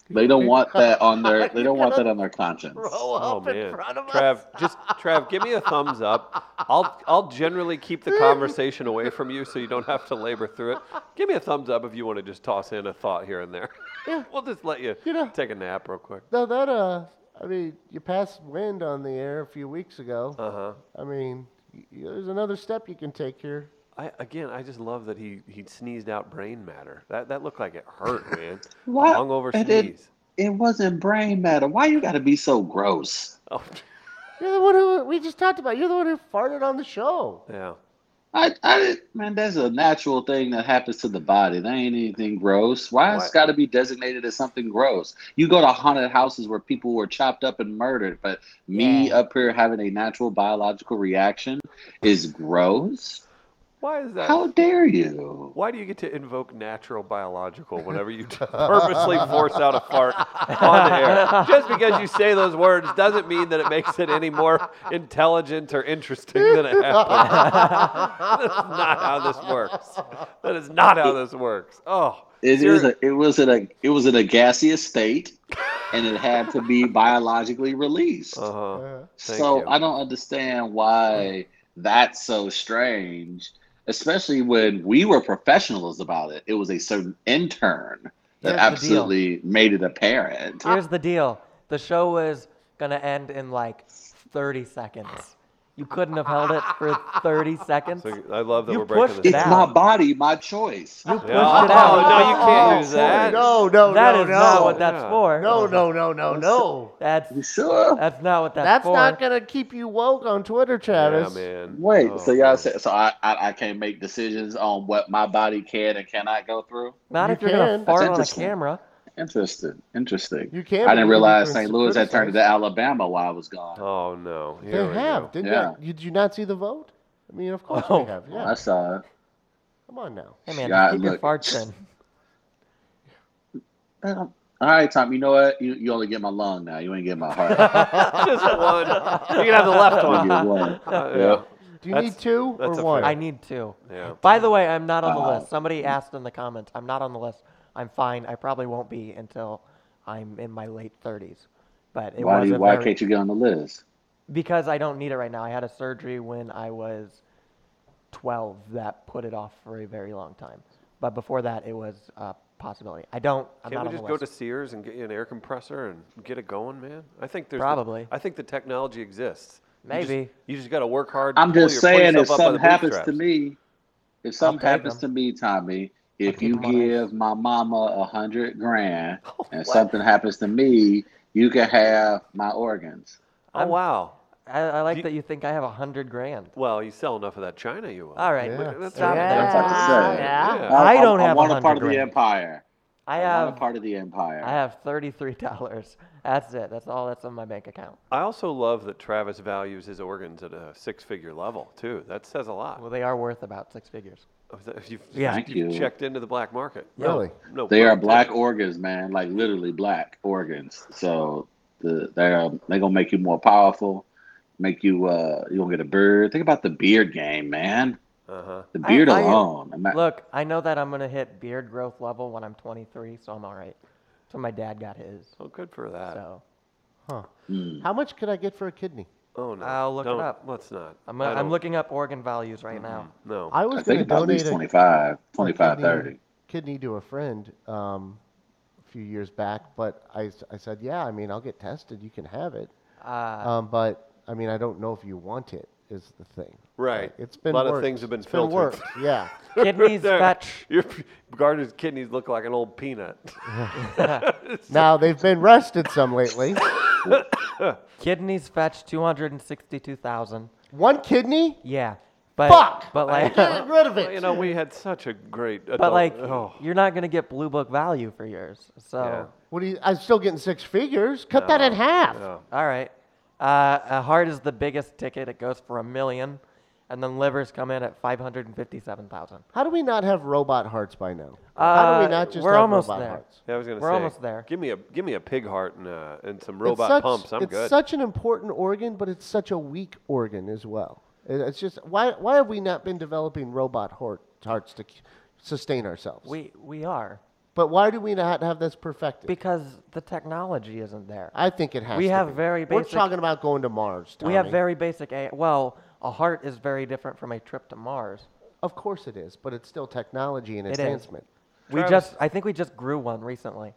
S2: They don't want that on their. They don't want that on their conscience.
S4: Roll
S1: Oh
S4: up in
S1: man,
S4: front of us.
S1: Trav, just Trav, give me a thumbs up. I'll I'll generally keep the conversation away from you so you don't have to labor through it. Give me a thumbs up if you want to just toss in a thought here and there.
S4: Yeah.
S1: we'll just let you,
S4: You know-
S1: take a nap real quick.
S4: No, that uh, I mean, you passed wind on the air a few weeks ago.
S1: Uh huh.
S4: I mean, y- y- there's another step you can take here.
S1: I, again, I just love that he, he sneezed out brain matter. That that looked like it hurt, man.
S2: What?
S1: Hungover
S2: It did.
S1: sneeze.
S2: It wasn't brain matter. Why you got to be so gross?
S1: Oh,
S4: You're the one who we just talked about. You're the one who farted on the show.
S1: yeah.
S2: I, I didn't- man, that's a natural thing that happens to the body. That ain't anything gross. Why it's
S1: What?
S2: got to be designated as something gross? You go to haunted houses where people were chopped up and murdered, but me
S4: Yeah.
S2: up here having a natural biological reaction is gross.
S1: Why is that?
S2: How dare you?
S1: Why do you get to invoke natural biological whenever you purposely force out a fart on air? Just because you say those words doesn't mean that it makes it any more intelligent or interesting than it happened. That's not how this works. That is not how this works. Oh,
S2: It, it
S1: Sir-
S2: was a, it was in a it was in a gaseous state, and it had to be biologically released.
S1: uh-huh.
S4: Uh,
S1: thank
S2: so
S1: you.
S2: I don't understand why that's so strange, especially when we were professionals about it. It was a certain intern that
S3: Here's the deal.
S2: absolutely made it apparent.
S3: Here's the deal. The show was going to end in like 30 seconds. You couldn't have held it for 30 seconds.
S1: So I love that
S3: You
S1: we're breaking
S3: pushed
S1: this.
S2: It's
S3: that.
S1: down.
S2: my body, my choice.
S1: Yeah.
S3: pushed it out.
S1: Oh, no, you can't use
S2: Oh,
S1: that.
S4: no, no,
S3: That
S4: no,
S3: is
S4: no.
S3: not what that's
S1: Yeah.
S3: for.
S4: no, no, no, no, no.
S3: That's
S2: You sure?
S3: that's not what that's,
S4: That's
S3: for.
S4: not gonna keep you woke on Twitter,
S1: Yeah,
S4: Travis.
S1: man.
S2: Wait,
S1: Oh,
S2: so y'all
S1: man.
S2: said so I, I I can't make decisions on what my body can and cannot go through?
S3: Not
S4: You
S3: if you're going
S4: can.
S3: to
S4: That's
S3: fart on a
S2: interesting.
S3: camera.
S2: Interesting. Interesting.
S4: You can.
S2: I didn't
S4: but you can
S2: realize
S4: be
S2: St. Louis had turned
S4: criticized.
S2: into Alabama while I was gone.
S1: Oh no. Here we
S4: They have,
S1: go.
S4: didn't
S2: Yeah.
S4: you? Did you not see the vote? I mean, of course
S3: Oh.
S4: we have.
S2: I
S4: Yeah.
S2: saw it.
S4: Come on now.
S3: Hey man,
S2: Yeah,
S3: just keep your
S2: look.
S3: farts in.
S2: But, um, All right, Tom. You know what? You, you only get my lung now. You ain't get my heart.
S1: Just one. You can have the left
S2: You
S1: one.
S2: only get one.
S1: Uh,
S2: Yeah.
S4: Do you
S1: That's-
S4: need two
S1: that's
S4: or
S1: a
S4: one?
S1: fair-
S3: I need to.
S1: Yeah.
S3: By the way, I'm not on the
S2: Wow.
S3: list. Somebody asked in the comments. I'm not on the list. I'm fine. I probably won't be until I'm in my late 30s. But it
S2: Why,
S3: was
S2: do you,
S3: a
S2: why
S3: very-
S2: can't you get on the list?
S3: because I don't need it right now. I had a surgery when I was 12 that put it off for a very long time. But before that, it was a possibility. I don't. I'm
S1: Can't
S3: not
S1: we just
S3: on the
S1: go
S3: list.
S1: to Sears and get you an air compressor and get it going, man? I think there's the-
S3: Probably.
S1: I think the technology exists. You just-
S3: Maybe.
S1: you just got to work hard.
S2: I'm
S1: pull
S2: just
S1: your- pull
S2: saying, if
S1: yourself up by
S2: something
S1: the
S2: happens to
S1: bootstraps.
S2: me, if something
S3: take
S2: happens to me, Tommy, if
S3: keep
S2: you
S3: them on ice.
S2: give my mama a hundred grand and something happens to me, you can have my organs.
S1: Oh wow!
S3: I, I like
S1: You-
S3: that you think I have a hundred grand.
S1: Well, you sell enough of that China, you will.
S3: All right,
S4: Yeah.
S1: That's
S3: stop
S1: what
S3: it.
S1: I'm-
S2: That's what I'm saying.
S1: Yeah.
S3: Yeah. I
S2: I'm-
S3: don't
S2: I'm
S3: have
S2: one a
S3: 100
S2: part of the
S3: grand.
S2: empire. I
S3: I
S2: want a
S3: have
S2: part of the empire.
S3: I have thirty-three dollars. That's it. That's all that's on my bank account.
S1: I also love that Travis values his organs at a six-figure level too. That says a lot.
S3: Well, they are worth about six figures.
S1: You've,
S3: Yeah.
S1: you've
S2: Thank you.
S1: checked into the black market.
S4: Really?
S1: No,
S2: They
S1: pun
S2: are
S1: intended.
S2: black organs, man. Like literally black organs. So the, they're they gonna make you more powerful. Make you uh you gonna get a beard. Think about the beard game, man.
S1: Uh-huh.
S2: The
S3: I-
S2: beard
S3: I-
S2: alone. I'm not-
S3: Look, I know that I'm gonna hit beard growth level when I'm 23, so I'm all right. That's when my dad got his.
S1: Oh, good for that.
S3: So
S4: Huh.
S2: Mm.
S4: How much could I get for a kidney?
S1: Oh no.
S3: I'll look it
S1: Don't-
S3: up.
S1: Let's not.
S3: I'm,
S1: I
S3: I'm
S1: don't-
S3: looking up organ values right now.
S1: No.
S4: I
S2: I
S4: was
S2: think
S4: going to
S2: about at
S4: donate
S2: least
S4: a
S2: 25, 25,
S4: kidney,
S2: 30.
S4: kidney to a friend um, few years back, but I, s- I said, yeah, I mean, I'll get tested. You can have it.
S3: Uh,
S4: Um, but I mean, I don't know if you want it. Is the thing.
S1: Right.
S4: It's been
S1: a lot of
S4: worked.
S1: things have been
S4: It's
S1: filtered.
S4: worked, Yeah.
S3: Kidneys,
S1: There.
S3: fetch.
S1: Your gardener's kidneys look like an old peanut.
S4: now they've been rested some lately.
S3: Kidneys fetch 262,000.
S4: One kidney.
S3: Yeah. But,
S4: Fuck.
S3: But like,
S4: Get rid of it.
S1: you know, we had such a great. Adult,
S3: but like,
S1: oh,
S3: you're not gonna get blue book value for yours.
S4: oh.
S3: So,
S1: Yeah.
S4: What do you? I'm still getting six figures. Cut that in half.
S1: no.
S3: all right. Uh, a heart is the biggest ticket. It goes for a million, and then livers come in at 557,000.
S4: How do we not have robot hearts by now? How do
S3: Uh,
S4: we not just
S3: we're
S4: have
S3: almost
S4: robot
S3: there.
S4: hearts?
S1: Yeah, I was gonna
S3: We're
S1: say,
S3: almost there.
S1: Give me a give me a pig heart and uh, and some robot
S4: it's such,
S1: pumps. I'm
S4: it's
S1: good.
S4: such an important organ, but it's such a weak organ as well. It- It's just why why have we not been developing robot heart, hearts to c- sustain ourselves?
S3: We we are
S4: but why do we not have this perfected?
S3: because the technology isn't there.
S4: I think it has.
S3: we
S4: to
S3: have
S4: be.
S3: very basic-
S4: We're talking about going to Mars.
S3: We have
S4: Tommy.
S3: very basic. A- well, a heart is very different from a trip to Mars.
S4: Of course it is, but it's still technology and
S3: It is.
S4: advancement.
S3: We
S1: Travis-
S3: just, I think we just grew one recently.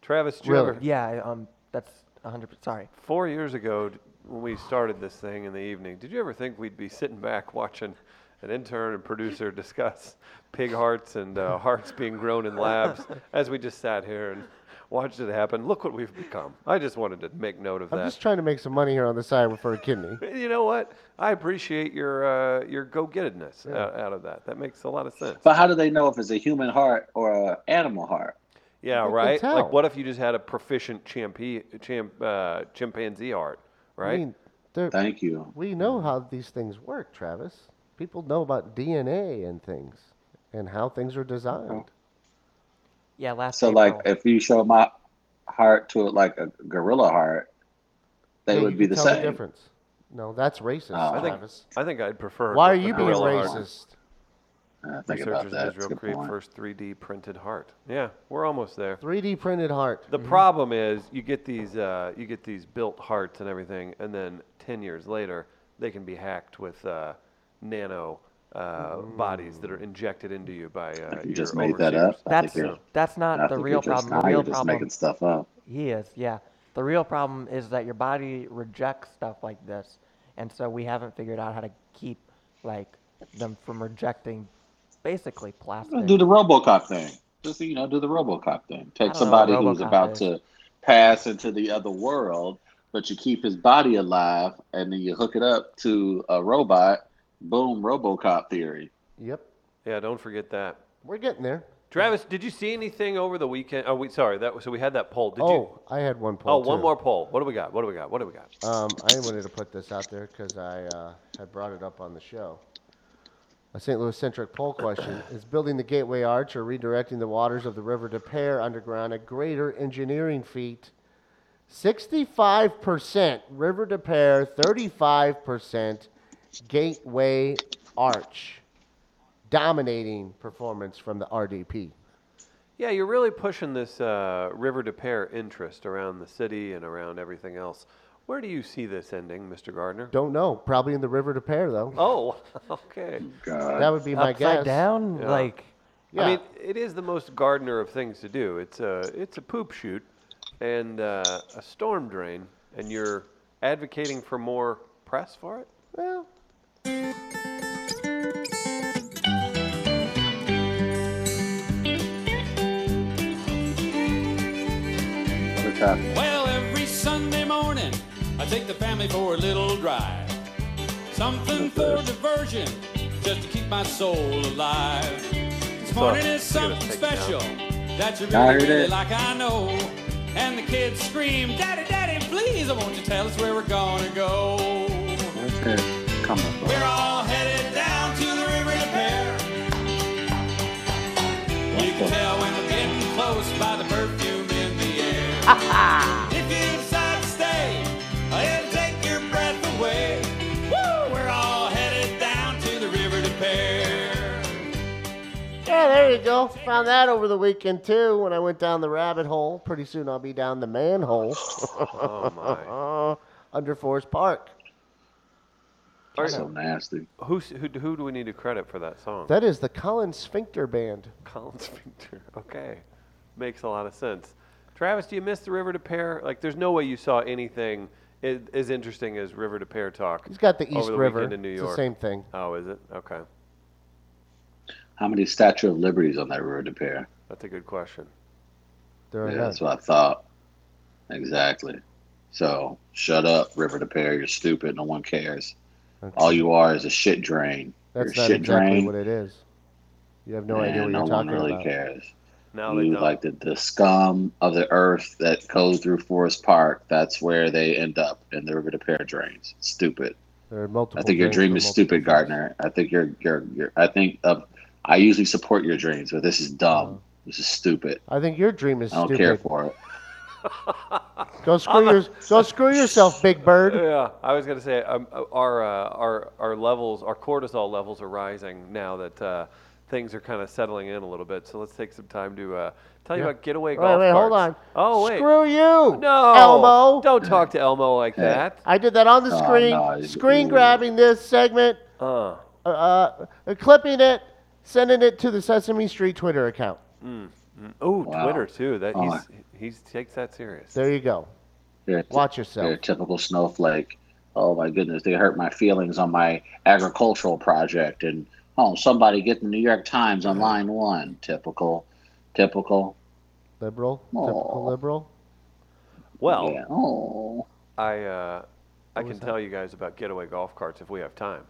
S1: Travis, did you
S4: Really?
S1: ever-
S3: Yeah, I- um, that's 100. Sorry.
S1: four years ago d- when we started this thing in the evening, did you ever think we'd be sitting back watching an intern and producer discuss pig hearts and uh, hearts being grown in labs as we just sat here and watched it happen? Look what we've become. I just wanted to make note of
S4: I'm
S1: that.
S4: just trying to make some money here on the side for a kidney.
S1: you know what? I appreciate your uh, your go-gettedness out, out of that. That makes a lot of sense.
S2: But how do they know if it's a human heart or an animal heart?
S1: Yeah,
S4: You can
S1: right.
S4: tell.
S1: Like, what if you just had a proficient chimpe- chimp, uh, chimpanzee heart, right?
S4: I mean, they're-
S2: Thank you.
S4: we know how these things work, Travis. People know about DNA and things and how things are designed.
S3: Yeah, last.
S2: So,
S3: April.
S2: like, if you show my heart to like a gorilla heart, they
S4: Yeah,
S2: would
S4: you
S2: be
S4: can
S2: the
S4: tell
S2: same.
S4: difference. No, that's racist,
S2: Oh.
S1: I think
S4: Travis.
S1: I think I'd prefer.
S4: Why are
S1: the
S4: you being
S1: gorilla heart.
S4: racist?
S2: Uh, think
S1: Researchers
S2: about
S1: in
S2: that. That's a
S1: Israel
S2: good
S1: create
S2: point.
S1: first 3D printed heart. Yeah, we're almost there.
S4: 3D printed heart.
S1: The problem is you get these uh, you get these built hearts and everything, and then 10 years later they can be hacked with uh, nano uh,
S4: Mm-hmm.
S1: bodies that are injected into you by uh,
S2: You
S1: your
S2: just made that
S1: overseers.
S2: up. I
S3: that's
S2: think you're-
S3: that's
S2: I
S3: not the
S2: think
S3: real
S2: you're just-
S3: problem. The
S2: now you're
S3: real
S2: just
S3: problem.
S2: making stuff up.
S3: He is. Yeah. The real problem is that your body rejects stuff like this, and so we haven't figured out how to keep like them from rejecting basically plastic.
S2: Do the RoboCop thing. Just you know, do the RoboCop thing. Take
S3: I don't know
S2: somebody
S3: what
S2: who's
S3: RoboCop
S2: about
S3: is.
S2: to pass into the other world, but you keep his body alive, and then you hook it up to a robot. Boom, RoboCop theory.
S4: Yep.
S1: Yeah, don't forget that.
S4: We're getting there.
S1: Travis, did you see anything over the weekend? Oh, we sorry. That was- so we had that poll. Did
S4: oh,
S1: you?
S4: I had one poll.
S1: Oh, one
S4: too.
S1: more poll. What do we got? What do we got? What do we got?
S4: Um, I wanted to put this out there because I uh, had brought it up on the show. A St. Louis centric poll question Is building the Gateway Arch or redirecting the waters of the River De Pere underground a greater engineering feat? 65% River De Pere, 35% Gateway Arch. Dominating performance from the RDP.
S1: Yeah, you're really pushing this uh, river to pair interest around the city and around everything else. Where do you see this ending, Mr. Gardner?
S4: Don't know. Probably in the River De Pere, though.
S1: Oh, okay.
S2: God.
S4: That would be my
S3: Uh, Upside
S4: guess.
S3: down,
S1: Yeah.
S3: like
S4: Yeah.
S1: I mean, it is the most Gardner of things to do. It's a it's a poop shoot and uh, a storm drain, and you're advocating for more press for it.
S4: Well,
S2: What a topic.
S6: Well, every Sunday morning, I take the family for a little drive. Something for diversion, just to keep my soul alive. This morning is
S1: We're gonna
S6: something
S1: take it
S6: special that you
S2: Now here
S6: really,
S2: it
S6: really
S2: is.
S6: like, I know. And the kids scream, Daddy, Daddy, please, won't you tell us where we're gonna go?
S2: Where's that coming from?
S6: We're all headed down to the river to pair. You can tell when we're getting close by the perfume in the air. if you decide to stay, it'll take your breath away. Woo! We're all headed down to the river to pair.
S4: Yeah, there you go. Found that over the weekend too when I went down the rabbit hole. Pretty soon I'll be down the manhole
S1: Oh my!
S4: uh, under Forest Park.
S1: All right,
S2: so nasty.
S1: who's, who who do we need to credit for that song?
S4: That is the Collins Sphincter Band.
S1: Colin Sphincter. Okay. makes a lot of sense. Travis, do you miss the River to Pear? Like, there's no way you saw anything i- as interesting as River to Pear talk.
S4: He's got the East
S1: over the
S4: River.
S1: weekend in New
S4: It's
S1: York.
S4: the same thing.
S1: Oh, is it? Okay,
S2: How many Statue of Liberties on that river to pair?
S1: that's a good question.
S4: There are
S2: Yeah,
S4: none.
S2: that's what I thought. Exactly. So shut up, River to Pear. You're stupid. No one cares.
S4: Okay.
S2: All you are is a shit drain.
S4: That's
S2: You're
S4: not
S2: shit
S4: exactly
S2: drained.
S4: what it is. You have no
S2: and
S4: idea what
S2: no
S4: you're
S2: one
S4: talking
S2: really
S4: about.
S2: cares.
S1: Now they
S2: you
S1: don't.
S2: like the, the scum of the earth that goes through Forest Park. That's where they end up in the River to Pear drains. Stupid.
S4: There are multiple.
S2: I think your
S4: drains
S2: dream
S4: for
S2: is
S4: multiple
S2: stupid,
S4: things.
S2: Gardner. I think you're you're, you're I think uh, I usually support your dreams, but this is dumb.
S4: Uh-huh.
S2: This is stupid.
S4: I think your dream is
S2: I don't
S4: stupid.
S2: care for it.
S4: Go screw your, go screw yourself, Big Bird.
S1: Yeah, I was gonna say um, uh, our uh, our our levels, our cortisol levels are rising now that uh, things are kind of settling in a little bit. So let's take some time to uh, tell you
S4: Yeah.
S1: about getaway
S4: Wait,
S1: golf
S4: wait, hold on.
S1: carts. Oh wait,
S4: Screw you.
S1: no,
S4: Elmo.
S1: don't talk to Elmo like
S2: Yeah.
S1: that.
S4: I did that on the
S2: Oh,
S4: screen.
S2: no, you-
S4: screen grabbing this segment,
S1: Uh,
S4: uh, uh, clipping it, sending it to the Sesame Street Twitter account.
S1: oh,
S2: Wow.
S1: Twitter too. That
S2: Oh,
S1: he's he's takes that serious.
S4: There you go.
S2: You're a
S4: Watch
S2: They're a
S4: yourself.
S2: typical snowflake. Oh my goodness, they hurt my feelings on my agricultural project. And oh, somebody get the New York Times on line one. Typical, typical.
S4: Liberal. Typical
S2: Aw.
S4: liberal.
S1: Well,
S2: Yeah. Oh,
S1: I uh, I
S4: What
S1: can
S4: was that?
S1: tell you guys about getaway golf carts if we have time.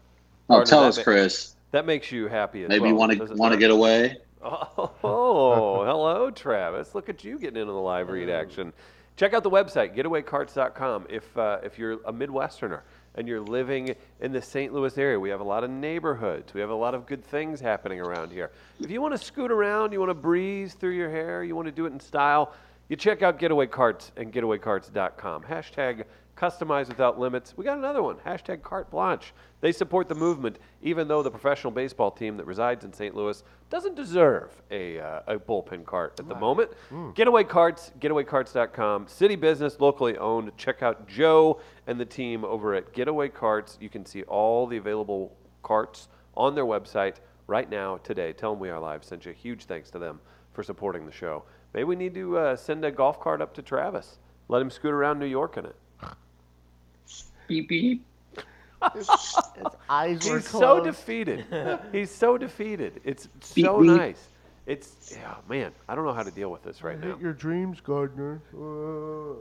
S2: oh
S1: Gardner,
S2: tell
S1: that
S2: us,
S1: ma-
S2: Chris.
S1: That makes you happy as
S2: Maybe
S1: well.
S2: you want
S1: does
S2: to
S1: it
S2: want to
S1: not?
S2: get away.
S1: Oh, oh, hello, Travis. Look at you getting into the live read action. Check out the website, getawaycarts.com. If, uh, if you're a Midwesterner and you're living in the St. Louis area, we have a lot of neighborhoods. We have a lot of good things happening around here. If you want to scoot around, you want to breeze through your hair, you want to do it in style, you check out Getaway Carts and getawaycarts.com. Hashtag Customize Without Limits. We got another one. Hashtag Carte Blanche. They support the movement, even though the professional baseball team that resides in St. Louis doesn't deserve a, uh, a bullpen cart at the moment. Getaway Carts, getawaycarts.com. City business, locally owned. Check out Joe and the team over at Getaway Carts. You can see all the available carts on their website right now, today. Tell them we are live. Sent you a huge thanks to them for supporting the show. Maybe we need to uh, send a golf cart up to Travis. Let him scoot around New York in it.
S2: Beep beep.
S4: His eyes were
S1: He's
S4: closed.
S1: so defeated. He's so defeated. It's
S2: Beep,
S1: so
S2: beep.
S1: nice. It's yeah, man. I don't know how to deal with this right now.
S4: Hit your dreams, Gardner. Uh,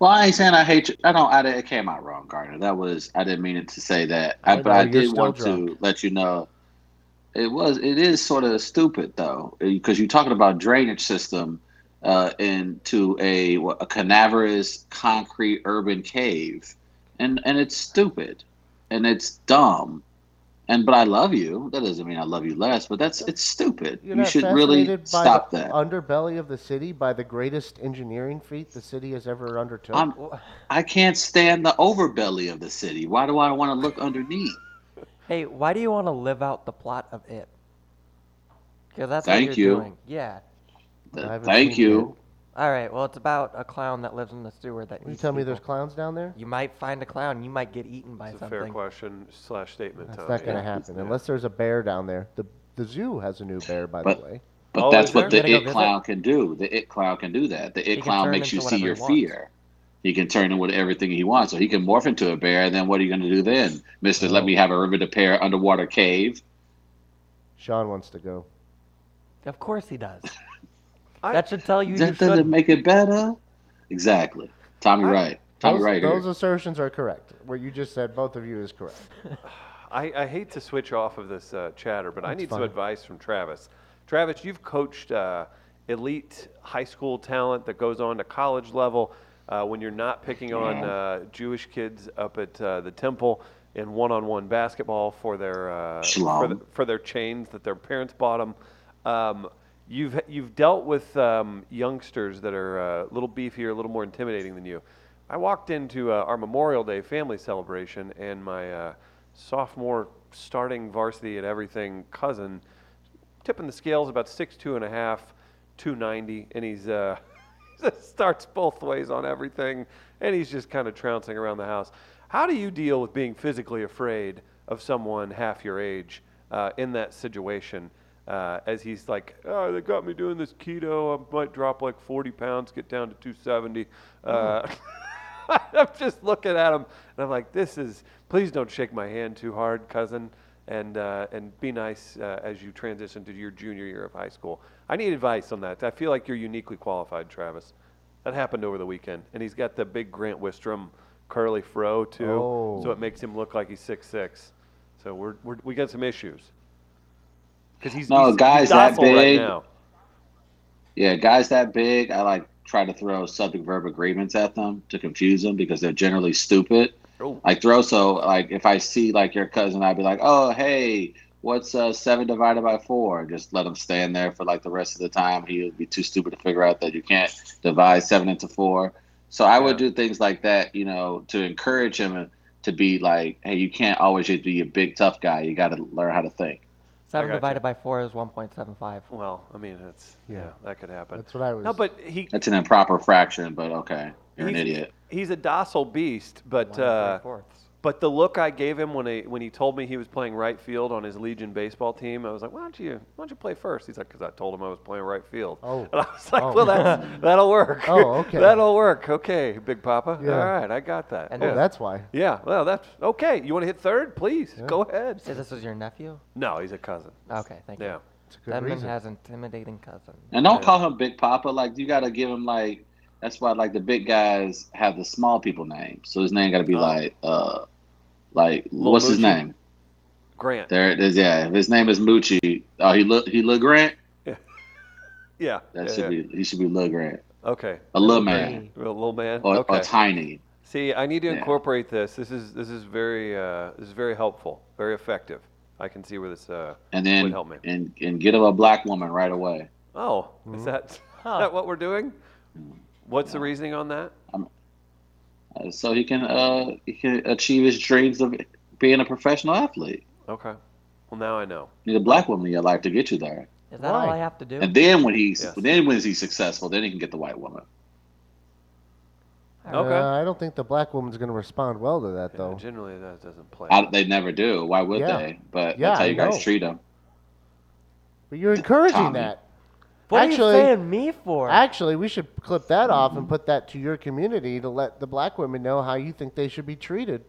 S2: Well, I ain't saying I hate you. I don't. I didn't, it came out wrong, Gardner. That was I didn't mean it to say that. I,
S4: I
S2: but
S4: know,
S2: I
S4: you're
S2: did
S4: still
S2: want to
S4: drunk.
S2: let you know. It was. It is sort of stupid though, because you're talking about drainage system uh, into a, what, a canaverous concrete urban cave, and and it's stupid, and it's dumb, and but I love you. That doesn't mean I love you less, but that's it's stupid.
S4: You're
S2: you
S4: not
S2: should really
S4: fascinated by
S2: stop
S4: the
S2: that.
S4: underbelly of the city by the greatest engineering feat the city has ever undertook.
S2: I'm, I can't stand the overbelly of the city. Why do I want to look underneath?
S3: Hey, why do you want to live out the plot of it? Because that's
S2: Thank
S3: what you're
S2: you.
S3: doing. Yeah.
S4: I haven't
S2: Thank
S4: seen
S2: you.
S3: All right. Well, it's about a clown that lives in the sewer that.
S4: Will you
S3: eats
S4: tell me there's
S3: people.
S4: clowns down there?
S3: You might find a clown. You might get eaten by
S1: It's a
S3: something.
S1: fair question slash statement.
S4: That's
S1: Tommy.
S4: not going
S1: Yeah.
S4: to happen
S1: Yeah.
S4: unless there's a bear down there. The the zoo has a new bear, by the
S2: But-
S4: way.
S2: But
S1: Oh,
S2: that's
S1: is
S2: what
S1: there?
S2: the
S3: Gotta go
S2: it clown can do. The it clown can do that. The
S3: can
S2: it clown
S3: turn
S2: makes you
S3: into
S2: see
S3: whatever
S2: your
S3: he wants.
S2: fear. He can turn into whatever everything he wants. So he can morph into a bear. Then what are you going to do then, Mister? Let
S3: Oh.
S2: me have a river to pair underwater cave.
S4: Sean wants to go.
S3: Of course he does.
S1: I-
S3: that should tell you you
S2: That doesn't
S3: should.
S2: make it better. Exactly, Tommy
S1: I-
S2: Wright. Tommy
S4: Those,
S2: Wright here.
S4: those assertions are correct. What you just said, both of you, is correct.
S1: I, I hate to switch off of this uh, chatter, but I
S4: That's
S1: need some
S4: fine.
S1: advice from Travis. Travis, you've coached uh, elite high school talent that goes on to college level. Uh, when you're not picking on uh, Jewish kids up at uh, the temple in one-on-one basketball for their uh, for,
S2: Shalom.
S1: the, for their chains that their parents bought them, um, you've you've dealt with um, youngsters that are uh, a little beefier, a little more intimidating than you. I walked into uh, our Memorial Day family celebration, and my uh, sophomore starting varsity at everything cousin tipping the scales about six two and a half, 290, and he's uh, starts both ways on everything, and he's just kind of trouncing around the house. How do you deal with being physically afraid of someone half your age uh, in that situation? uh, as he's like, "Oh, they got me doing this keto. I might drop like 40 pounds, get down to 270." Uh, I'm just looking at him, and I'm like, "This is. Please don't shake my hand too hard, cousin." And, uh, and be nice uh, as you transition to your junior year of high school. I need advice on that. I feel like you're uniquely qualified, Travis. That happened over the weekend, and he's got the big Grant Wistrom curly fro too, so it makes him look like he's six six. So we're, we're we got some issues because he's
S2: No,
S1: he's- he's
S2: guys that
S1: docile
S2: big-
S1: right now.
S2: Yeah, guys that big, I like try to throw subject verb agreements at them to confuse them because they're generally stupid.
S1: Oh.
S2: Like throw so like if I see like your cousin, I'd be like, oh hey, what's uh, seven divided by four? Just let him stand there for like the rest of the time. He would be too stupid to figure out that you can't divide seven into four. So I would do things like that, you know, to encourage him to be like, hey, you can't always just be a big tough guy. You got to learn how to think.
S1: I
S3: Seven
S1: gotcha.
S3: divided by four is 1.75.
S1: Well, I mean, that's yeah,
S4: Yeah.
S1: that could happen.
S4: That's what I was.
S1: no, but he
S2: That's an improper fraction, but okay, you're an
S1: he's,
S2: idiot.
S1: He's a docile beast, but
S3: One and
S1: uh,
S3: three-fourths.
S1: but the look I gave him when he when he told me he was playing right field on his Legion baseball team, I was like, why don't you why don't you play first? He's like, because I told him I was playing right field.
S4: Oh.
S1: and I was like,
S4: Oh.
S1: well, that's, that'll work.
S4: Oh, okay.
S1: that'll work. Okay, Big Papa.
S4: Yeah.
S1: All right, I got that.
S3: And
S1: yeah.
S4: oh, that's why.
S1: yeah, well, that's okay. You want to hit third? Please go ahead.
S3: Say this was your nephew?
S1: No, he's a cousin.
S3: Okay, thank
S1: Yeah.
S3: you.
S4: It's a good
S3: That man
S4: reason.
S3: has intimidating cousin.
S2: And don't call him Big Papa. Like you gotta give him like that's why like the big guys have the small people name. So his name gotta be like uh like
S1: Uh-huh. Lil
S2: what's his
S1: Moochie.
S2: name?
S1: Grant.
S2: There it is. Yeah, if his name is Moochie. Oh, he look he look Grant.
S1: Yeah.
S2: That
S1: yeah,
S2: should
S1: yeah.
S2: be he should be little Grant,
S1: Okay.
S2: a little man
S1: Real little man.
S2: or,
S1: okay.
S2: or tiny.
S1: See, I need to
S2: Yeah.
S1: incorporate this. This is this is very uh, this is very helpful, very effective. I can see where this. Uh,
S2: And
S1: Would
S2: then
S1: help me.
S2: and and get him a black woman right away.
S1: oh,
S4: Mm-hmm.
S1: is that is that what we're doing? What's the reasoning on that?
S2: Uh, so he can uh he can achieve his dreams of being a professional athlete.
S1: Okay. Well, now I know.
S2: You need a black woman in your life to get you there.
S3: Is that all
S4: Why?
S3: I have to do?
S2: And then when he's
S1: Yes.
S2: then when he's successful, then he can get the white woman.
S1: Okay.
S4: Uh, I don't think the black woman's going to respond well to that,
S1: Yeah,
S4: though.
S1: generally, that doesn't play.
S2: I, they never do. Why would
S4: Yeah.
S2: they? But
S4: Yeah,
S2: that's how
S4: I
S2: you guys
S4: know.
S2: treat them.
S4: But you're encouraging
S2: Tommy.
S4: that.
S3: what
S4: actually-
S3: are you saying me for?
S4: Actually, we should clip that off and put that to your community to let the black women know how you think they should be treated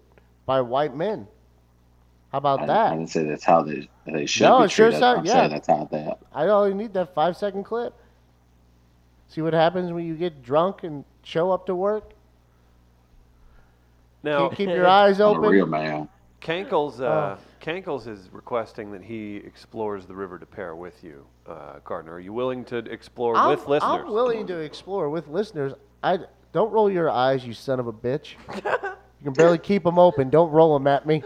S4: by white men. How about
S2: I, I
S4: that?
S2: didn't say that's how they they should
S4: No,
S2: be
S4: it sure
S2: treated.
S4: sound-
S2: I'm
S4: yeah.
S2: saying that's how they.
S4: I only need that five second clip. See what happens when you get drunk and show up to work.
S1: now,
S4: Keep Oh. your eyes
S2: I'm a real
S4: open.
S2: man.
S1: Cankles, uh, Cankles is requesting that he explores the river to pair with you, uh, Gardner. Are you willing to explore
S4: I'm,
S1: with listeners?
S4: I'm willing to explore with listeners. I don't roll your eyes, you son of a bitch. you can barely keep them open. Don't roll them at me.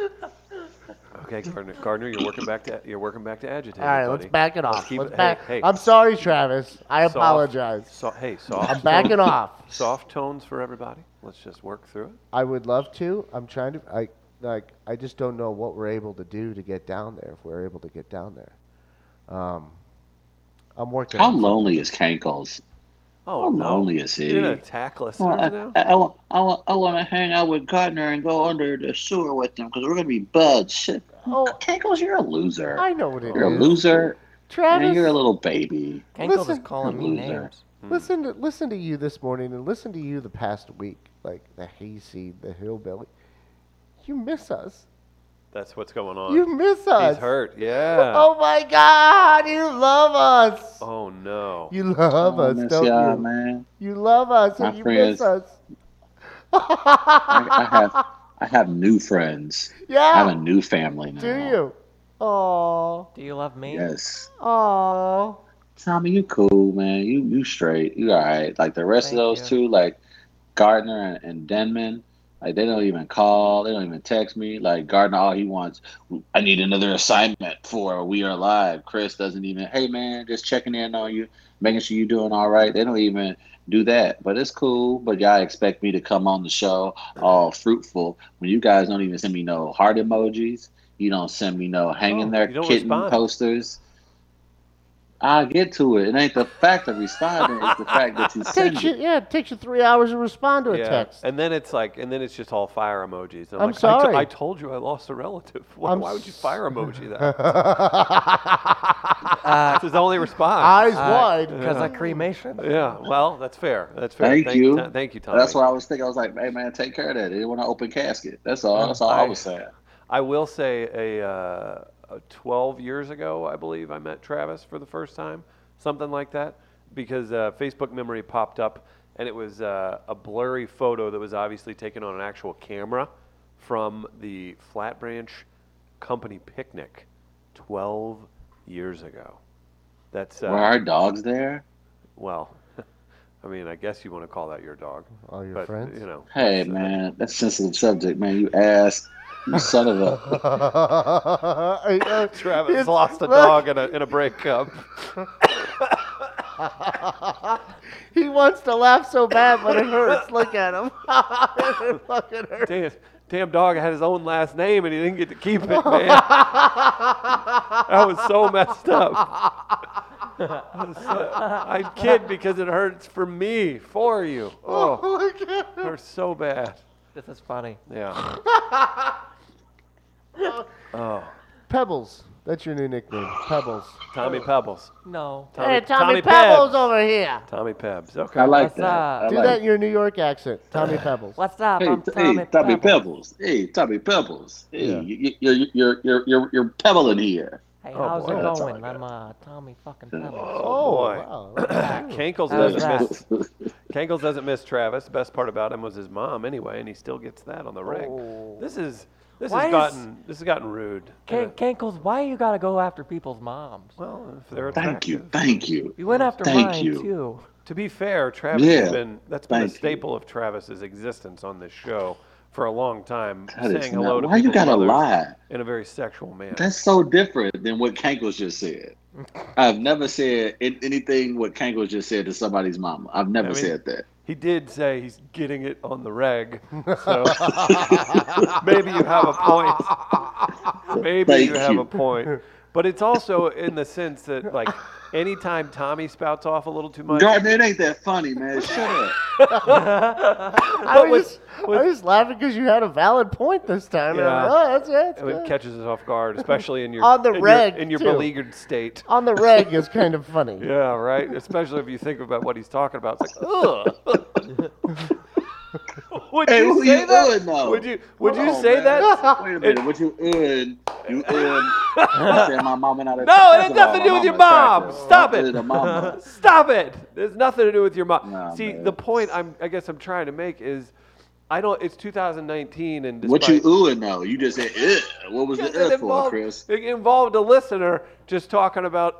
S1: Okay, Gardner. Gardner, you're working back to you're working back to agitate.
S4: All right, let's back it off.
S1: Let's keep
S4: Let's
S1: it- hey,
S4: back-
S1: hey.
S4: I'm sorry, Travis. I
S1: Soft-
S4: apologize.
S1: So, hey, soft.
S4: I'm backing off.
S1: Soft tones for everybody. Let's just work through it.
S4: I would love to. I'm trying to. I like. I just don't know what we're able to do to get down there. If we're able to get down there, um, I'm working.
S2: How
S4: on it.
S2: lonely is Cankles?
S1: Oh,
S2: How
S1: no.
S2: lonely is he?
S1: You're gonna attack
S2: Well,
S1: listeners
S2: I,
S1: now?
S2: I, I, want- I, want- I want to hang out with Gardner and go under the sewer with him because we're gonna be buds. Shit.
S4: Oh.
S2: Cankles, you're a loser.
S4: I know what it
S2: you're a
S4: is.
S2: loser,
S4: Travis,
S2: and you're a little baby.
S3: Ankle
S4: listen-
S3: is calling me
S2: Loser.
S3: names.
S1: Hmm.
S4: listen to listen to you this morning and listen to you the past week, like the hayseed, the hillbilly. You miss us.
S1: That's what's going on.
S4: You miss us.
S1: Oh, He's hurt. Yeah.
S4: Oh my God! You love us.
S1: Oh, no.
S4: You love
S2: I
S4: us,
S2: Oh, miss
S4: don't
S2: y'all,
S4: you?
S2: man.
S4: You love us and
S2: My
S4: you
S2: friends.
S4: miss us.
S2: I, I have I have new friends. I have a
S4: yeah.
S2: new family now.
S4: Do you? Aw.
S3: Do you love me?
S2: Yes.
S4: Aw.
S2: Tommy, you cool, man. You you straight. You all right. Like the rest
S3: Thank
S2: of those two, like Gardner and, and Denman, like they don't even call. They don't even text me. Like Gardner, all he wants, I need another assignment for We Are Live. Chris doesn't even. Hey, man, just checking in on you, making sure you're doing all right. They don't even do that. But it's cool. But y'all expect me to come on the show all fruitful when you guys don't even send me no heart emojis. You don't send me no hanging
S1: Oh,
S2: there
S1: you don't
S2: kitten
S1: respond.
S2: posters. I'll get to it. It ain't the fact of responding; it's the fact that you send
S4: Takes you,
S2: it.
S4: yeah, it takes you three hours to respond to a
S1: yeah.
S4: text.
S1: And then it's like, and then it's just all fire emojis. And
S4: I'm
S1: like, I to-
S4: sorry.
S1: I told you I lost a relative. Why,
S4: I'm
S1: why would you fire emoji that?
S3: Uh,
S1: That's his only response.
S4: Eyes wide.
S3: Because of cremation.
S1: yeah. Well, that's fair. That's fair.
S2: Thank you.
S1: Tom- thank you, Tom.
S2: That's why I was thinking. I was like, "Hey, man, take care of that. They didn't want to open casket. That's all. That's all I,
S1: I-
S2: was saying."
S1: I will say a, uh, a 12 years ago, I believe I met Travis for the first time, something like that, because uh, Facebook memory popped up and it was uh, a blurry photo that was obviously taken on an actual camera from the Flat Branch Company picnic 12 years ago. That's
S2: Were
S1: uh,
S2: our dogs there?
S1: well, I mean, I guess you want to call that your dog,
S4: All your
S1: but
S4: friends.
S1: you know,
S2: Hey,
S1: it's, uh,
S2: man, that's a sensitive subject, man. You ass, you son of a.
S4: I- I-
S1: Travis
S4: it's-
S1: lost a
S4: look,
S1: dog in a in a breakup.
S4: He wants to laugh so bad, but it hurts. Look at him. it fucking hurts.
S1: damn, damn dog had his own last name and he didn't get to keep it, man. that was so messed up. I was so- I kid because it hurts for me, for you. Oh,
S4: Look at him.
S1: it hurts so bad.
S3: This is funny.
S1: Yeah. Oh,
S4: Pebbles. That's your new nickname. Pebbles.
S1: Tommy Pebbles.
S3: No.
S1: Tommy,
S4: hey, Tommy,
S1: Pebbles.
S4: Pebbles over here.
S1: Tommy Pebs.
S2: I
S1: Okay.
S2: like
S3: What's
S2: that.
S3: up?
S2: I
S4: Do
S2: like
S4: that in your New York accent. Tommy Pebbles.
S3: What's up?
S2: Hey,
S3: I'm
S2: t-
S3: Tommy
S2: hey, Tommy
S3: Pebble.
S2: Pebbles. Hey, Tommy Pebbles. Hey,
S4: Yeah.
S2: you, you, you're, you're, you're, you're, you're pebbling here.
S3: Hey,
S1: Oh,
S3: how's
S1: boy,
S3: it
S2: that's all I
S3: going?
S2: got.
S3: I'm uh, Tommy fucking Pebbles.
S1: Oh, boy.
S4: wow. Look at you.
S1: Cankles
S3: How's
S1: doesn't
S3: that?
S1: miss. Cankles doesn't miss Travis. The best part about him was his mom, anyway, and he still gets that on the rig. This is this
S3: Oh.
S1: has
S3: Why is-
S1: gotten this has gotten rude.
S3: Can- Cankles, why you gotta go after people's moms?
S1: Well, if they're
S2: Thank you.
S1: attractive.
S2: Thank you.
S3: You went after
S2: Thank
S3: mine
S2: you.
S3: too.
S1: To be fair, Travis has
S2: Yeah,
S1: been that's been a
S2: thank you.
S1: staple of Travis's existence on this show for a long time,
S2: That is
S1: saying hello
S2: not,
S1: to
S2: why you
S1: people's
S2: gotta
S1: mothers
S2: lie?
S1: in a very sexual manner.
S2: That's so different than what Kankles just said. I've never said an- anything what Kankles just said to somebody's mama. I've never
S1: I mean-
S2: said that.
S1: he did say he's getting it on the reg, so maybe you have a point. Maybe
S2: Thank
S1: you have
S2: you.
S1: a point, but it's also in the sense that like anytime Tommy spouts off a little too much,
S2: Gardner, it ain't that funny, man. Shut up.
S4: I
S1: with-
S4: was, I was laughing because you had a valid point this time. and I'm
S1: Yeah.
S4: like, oh, that's, that's
S1: I mean,
S4: good.
S1: it catches us off guard, especially in your
S4: On the
S1: in your-
S4: reg,
S1: in your
S4: too.
S1: beleaguered state.
S4: On the reg is kind of funny.
S1: Yeah, right. Especially if you think about what he's talking about. It's like, ugh. would
S2: Hey,
S1: you
S2: who
S1: say
S2: you
S1: that?
S2: ugh now?
S1: Would you would
S2: Hold
S1: you
S2: on,
S1: say
S2: man.
S1: that?
S2: Wait a minute. What you ugh? You ugh? I said my mama not
S1: No, it
S2: first
S1: had
S2: of all,
S1: nothing to
S2: my
S1: do with your
S2: mama
S1: mom.
S2: attractive.
S1: Stop
S2: Other
S1: it.
S2: than mama.
S1: Stop it. There's nothing to do with your mom.
S2: Nah,
S1: See,
S2: man.
S1: the point I'm I guess I'm trying to make is I don't it's 2019 and despite,
S2: What you ugh now? You just said ugh. What was
S1: Because
S2: the
S1: it
S2: ugh for,
S1: involved,
S2: Chris?
S1: it involved a listener just talking about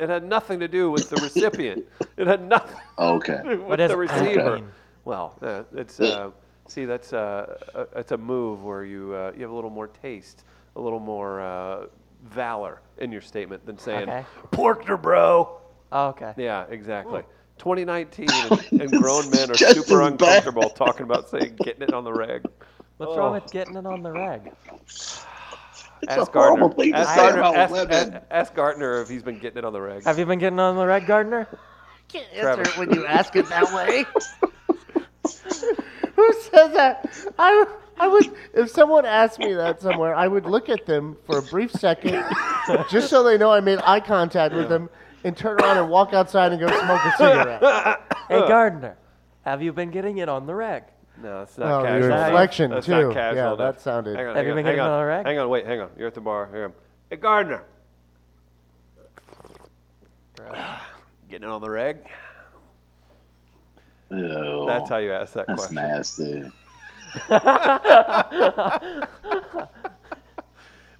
S1: it had nothing to do with the recipient. it had nothing
S2: Okay.
S1: with
S3: does
S1: the
S3: that
S1: receiver.
S3: mean?
S1: Well, uh, it's uh, see that's uh, uh, it's a move where you uh, you have a little more taste, a little more uh, valor in your statement than saying
S3: Okay.
S1: "Porkner, bro."
S3: Oh, okay.
S1: Yeah, exactly. 2019 and, and grown men are
S2: Just
S1: super
S2: as bad.
S1: uncomfortable talking about saying getting it on the reg.
S3: What's wrong
S1: Oh.
S3: with getting it on the reg?
S2: It's a
S1: Ask Gardner.
S2: horrible thing to
S1: Ask
S2: say
S1: Gardner,
S2: about
S1: ask,
S2: women.
S1: ask- ask Gardner if he's been getting it on the reg.
S3: Have you been getting on the reg, Gardner?
S4: can't answer
S1: Travis.
S4: it when you ask it that way. Who says that? I, I would if someone asked me that somewhere, I would look at them for a brief second, just so they know I made eye contact with them, and turn around and walk outside and go smoke a cigarette.
S3: Hey, Gardner, have you been getting it on the reg?
S1: No, it's
S4: No,
S1: not
S4: your
S1: casual. enough.
S4: inflection,
S1: that's
S4: too.
S1: Not casual
S4: Yeah,
S1: enough.
S4: that sounded-
S1: Hang on,
S3: Have
S1: hang
S3: you
S1: on,
S3: been
S1: hang
S3: getting
S1: on.
S3: another rag?
S1: Hang on, wait, hang on. You're at the bar. Hang on. Hey, Gardner. Getting on the reg?
S2: Ew.
S1: That's how you ask that
S2: That's
S1: question.
S2: nasty.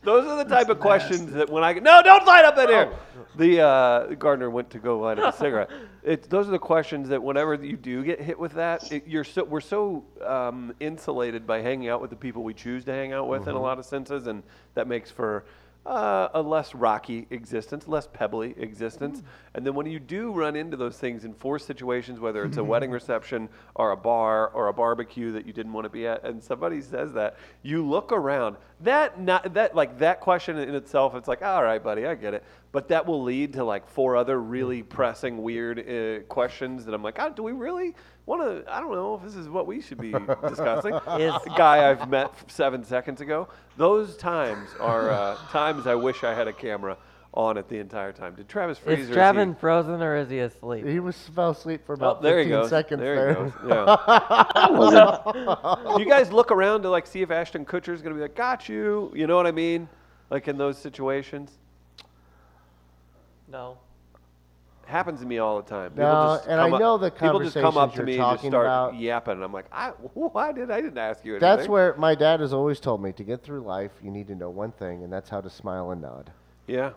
S1: Those are the type of questions that when I get- no, don't light up in here. The uh, Gardner went to go light up a cigarette. It's those are the questions that whenever you do get hit with that, it, you're so we're so um, insulated by hanging out with the people we choose to hang out with in a lot of senses, and that makes for uh, a less rocky existence, less pebbly existence. And then when you do run into those things in forced situations, whether
S3: Mm-hmm.
S1: it's a wedding reception or a bar or a barbecue that you didn't want to be at, and somebody says that, you look around. That not that like that question in itself, it's like, all right, buddy, I get it. But that will lead to like four other really
S3: Mm-hmm.
S1: pressing, weird uh, questions that I'm like, oh, do we really want to? I don't know if this is what we should be discussing.
S3: Is-
S1: A guy I've met f- seven seconds ago. Those times are uh, times I wish I had a camera on it the entire time. Did Travis Fraser?
S3: Is
S1: he-
S3: Trevin frozen or is he asleep?
S4: He was fell asleep for
S1: Oh,
S4: about
S1: there he
S4: 15
S1: goes.
S4: seconds
S1: there,
S4: there.
S1: he goes. Yeah.
S2: Was
S1: Do you guys look around to like see if Ashton Kutcher's gonna be like, "Got you," you know what I mean? Like in those situations,
S3: No.
S1: happens to me all the time.
S4: No, and I
S1: come up-
S4: know the
S1: people just come up
S4: conversations
S1: to
S4: you're
S1: me and just
S4: talking
S1: start
S4: about.
S1: yapping, and I'm like, "I, why did I didn't ask you?"
S4: That's
S1: anything."
S4: where my dad has always told me to get through life, you need to know one thing, and that's how to smile and nod.
S1: Yeah.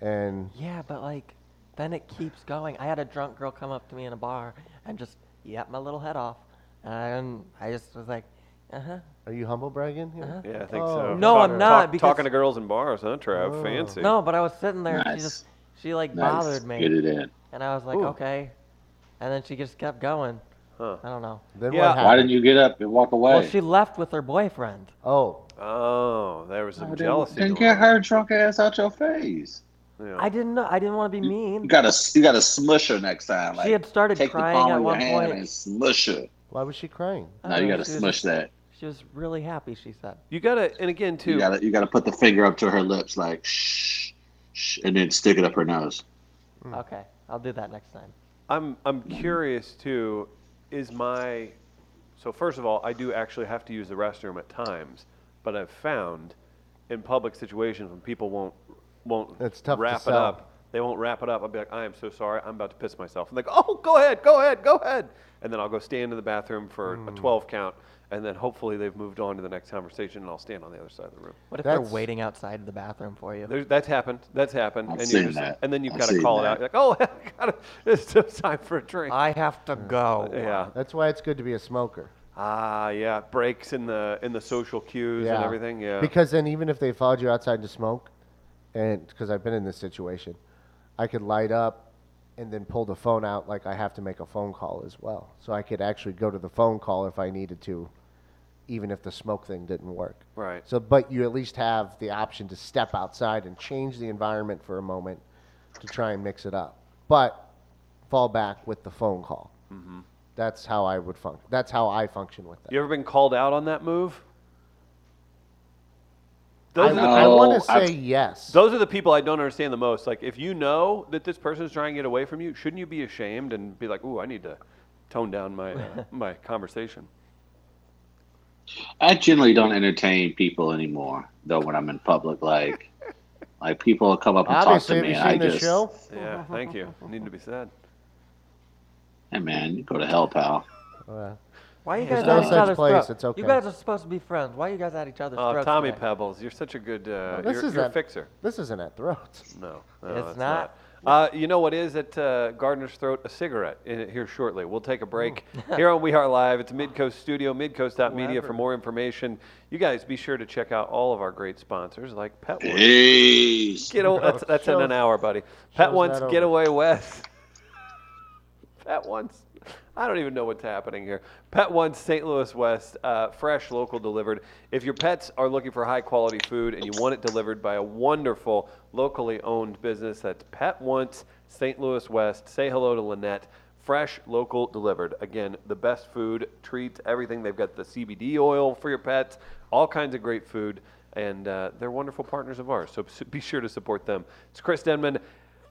S4: And
S3: Yeah, but like, then it keeps going. I had a drunk girl come up to me in a bar and just yap my little head off, and I, didn't- I just was like, uh huh.
S4: are you humble bragging? here?
S3: Uh-huh.
S1: Yeah, I think
S4: Oh.
S1: so.
S3: No, I'm not, because-
S1: talking to girls in bars, huh, Trav? Fancy.
S3: No, but I was sitting there and
S2: Nice.
S3: she just she like
S2: nice.
S3: bothered me,
S2: Get it in.
S3: and I was like,
S4: Ooh.
S3: okay, and then she just kept going.
S1: Huh.
S3: I don't know.
S4: Then
S1: Yeah.
S4: what happened?
S2: Why didn't you get up and walk away?
S3: Well, she left with her boyfriend.
S4: Oh,
S1: Oh, there was some
S2: Oh, then-
S1: jealousy.
S2: Then
S1: going
S2: get
S1: on.
S2: her drunk ass out your face.
S1: Yeah.
S3: I didn't know. I didn't want to be
S2: You
S3: mean.
S2: gotta, you gotta smush her next time. Like,
S3: She had started
S2: take the
S3: crying
S2: palm
S3: at
S2: of your
S3: one
S2: hand
S3: point. Oh,
S2: and smush her.
S4: why was she crying?
S3: I
S2: Now
S3: don't
S2: you
S3: know,
S2: gotta
S3: she was
S2: smush
S3: just-
S2: that.
S3: She was really happy. She said.
S1: You gotta, and again too.
S2: You gotta, you gotta put the finger up to her lips, like shh, shh, and then stick it up her nose.
S4: Hmm.
S3: Okay, I'll do that next time.
S1: I'm I'm curious too. Is my so first of all, I do actually have to use the restroom at times, but I've found in public situations when people won't won't
S4: It's tough to
S1: wrap it
S4: sell.
S1: up. They won't wrap it up. I'll be like, I am so sorry. I'm about to piss myself. And they go, Oh, go ahead, go ahead, go ahead. And then I'll go stand in the bathroom for
S4: Hmm.
S1: a 12 count, and then hopefully they've moved on to the next conversation, and I'll stand on the other side of the room.
S3: What if
S4: That's-
S3: they're waiting outside the bathroom for you?
S1: There's, that's happened. That's happened.
S2: I've
S1: and
S2: seen
S1: you're just,
S2: that.
S1: And then you've
S2: I've
S1: got to
S2: seen
S1: call
S2: that.
S1: it out. You're like, Oh, gotta, it's still time for a drink.
S3: I have to go.
S1: yeah.
S4: That's why it's good to be a smoker.
S1: Ah, yeah, breaks in the in the social cues and everything. Yeah,
S4: Because then even if they followed you outside to smoke, and because I've been in this situation, I could light up and then pull the phone out like I have to make a phone call as well. So I could actually go to the phone call if I needed to, even if the smoke thing didn't work.
S1: right.
S4: So, but you at least have the option to step outside and change the environment for a moment to try and mix it up, but fall back with the phone call. Mm-hmm. That's how I would function. That's how I function with that.
S1: You ever been called out on that move?
S4: I,
S1: Those are, the,
S2: No.
S4: want to say
S2: I've-
S4: yes.
S1: those are the people I don't understand the most. Like, if you know that this person is trying to get away from you, shouldn't you be ashamed and be like, "Ooh, I need to tone down my uh, my conversation."
S2: I generally don't entertain people anymore, though. When I'm in public, like, like people will come up and talk to
S4: Obviously, have you
S2: me.
S4: seen
S2: and I
S4: this
S2: just,
S4: show?
S1: Yeah, thank you. Need to be said.
S2: hey man, you go to hell, pal.
S4: Uh,
S3: Why are you
S4: There's
S3: guys
S4: no
S3: at each
S4: such
S3: other's
S4: place,
S3: throats?
S4: it's okay.
S3: You guys are supposed to be friends. Why are you guys at each other's
S1: Oh,
S3: throats?
S1: Tommy
S3: today?
S1: Pebbles, you're such a good. Uh, you're,
S4: this is
S1: you're a
S4: that-
S1: fixer.
S4: this isn't at throats.
S1: No, no,
S3: It's
S1: it's
S3: not.
S1: not. Uh, you know what is at uh, Gardner's Throat? A cigarette in it here shortly. We'll take a break
S4: Oh.
S1: here on We Are Live. It's Midcoast Studio, midcoast.media for more information. You guys be sure to check out all of our great sponsors like Pet Wars.
S2: Peace.
S1: Get away, that's that's in
S4: Show's-
S1: an hour, buddy. Pet
S4: show's
S1: Once,
S4: not
S1: Get
S4: over.
S1: Away West. Pet Once. I don't even know what's happening here. Pet Once, St. Louis West, uh, fresh, local delivered. If your pets are looking for high quality food and you want it delivered by a wonderful, locally owned business, that's Pet Once, St. Louis West. Say hello to Lynette. Fresh, local, delivered. Again, the best food, treats, everything. They've got the CBD oil for your pets, all kinds of great food, and uh, they're wonderful partners of ours. So s- be sure to support them. It's Chris Denman.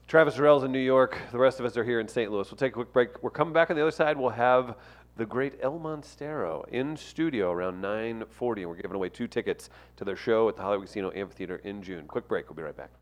S1: Travis Rell's in New York. The rest of us are here in St. Louis. We'll take a quick break. We're coming back on the other side. We'll have the great El Monstero in studio around 9:40, and we're giving away two tickets to their show at the Hollywood Casino Amphitheater in June. Quick break. We'll be right back.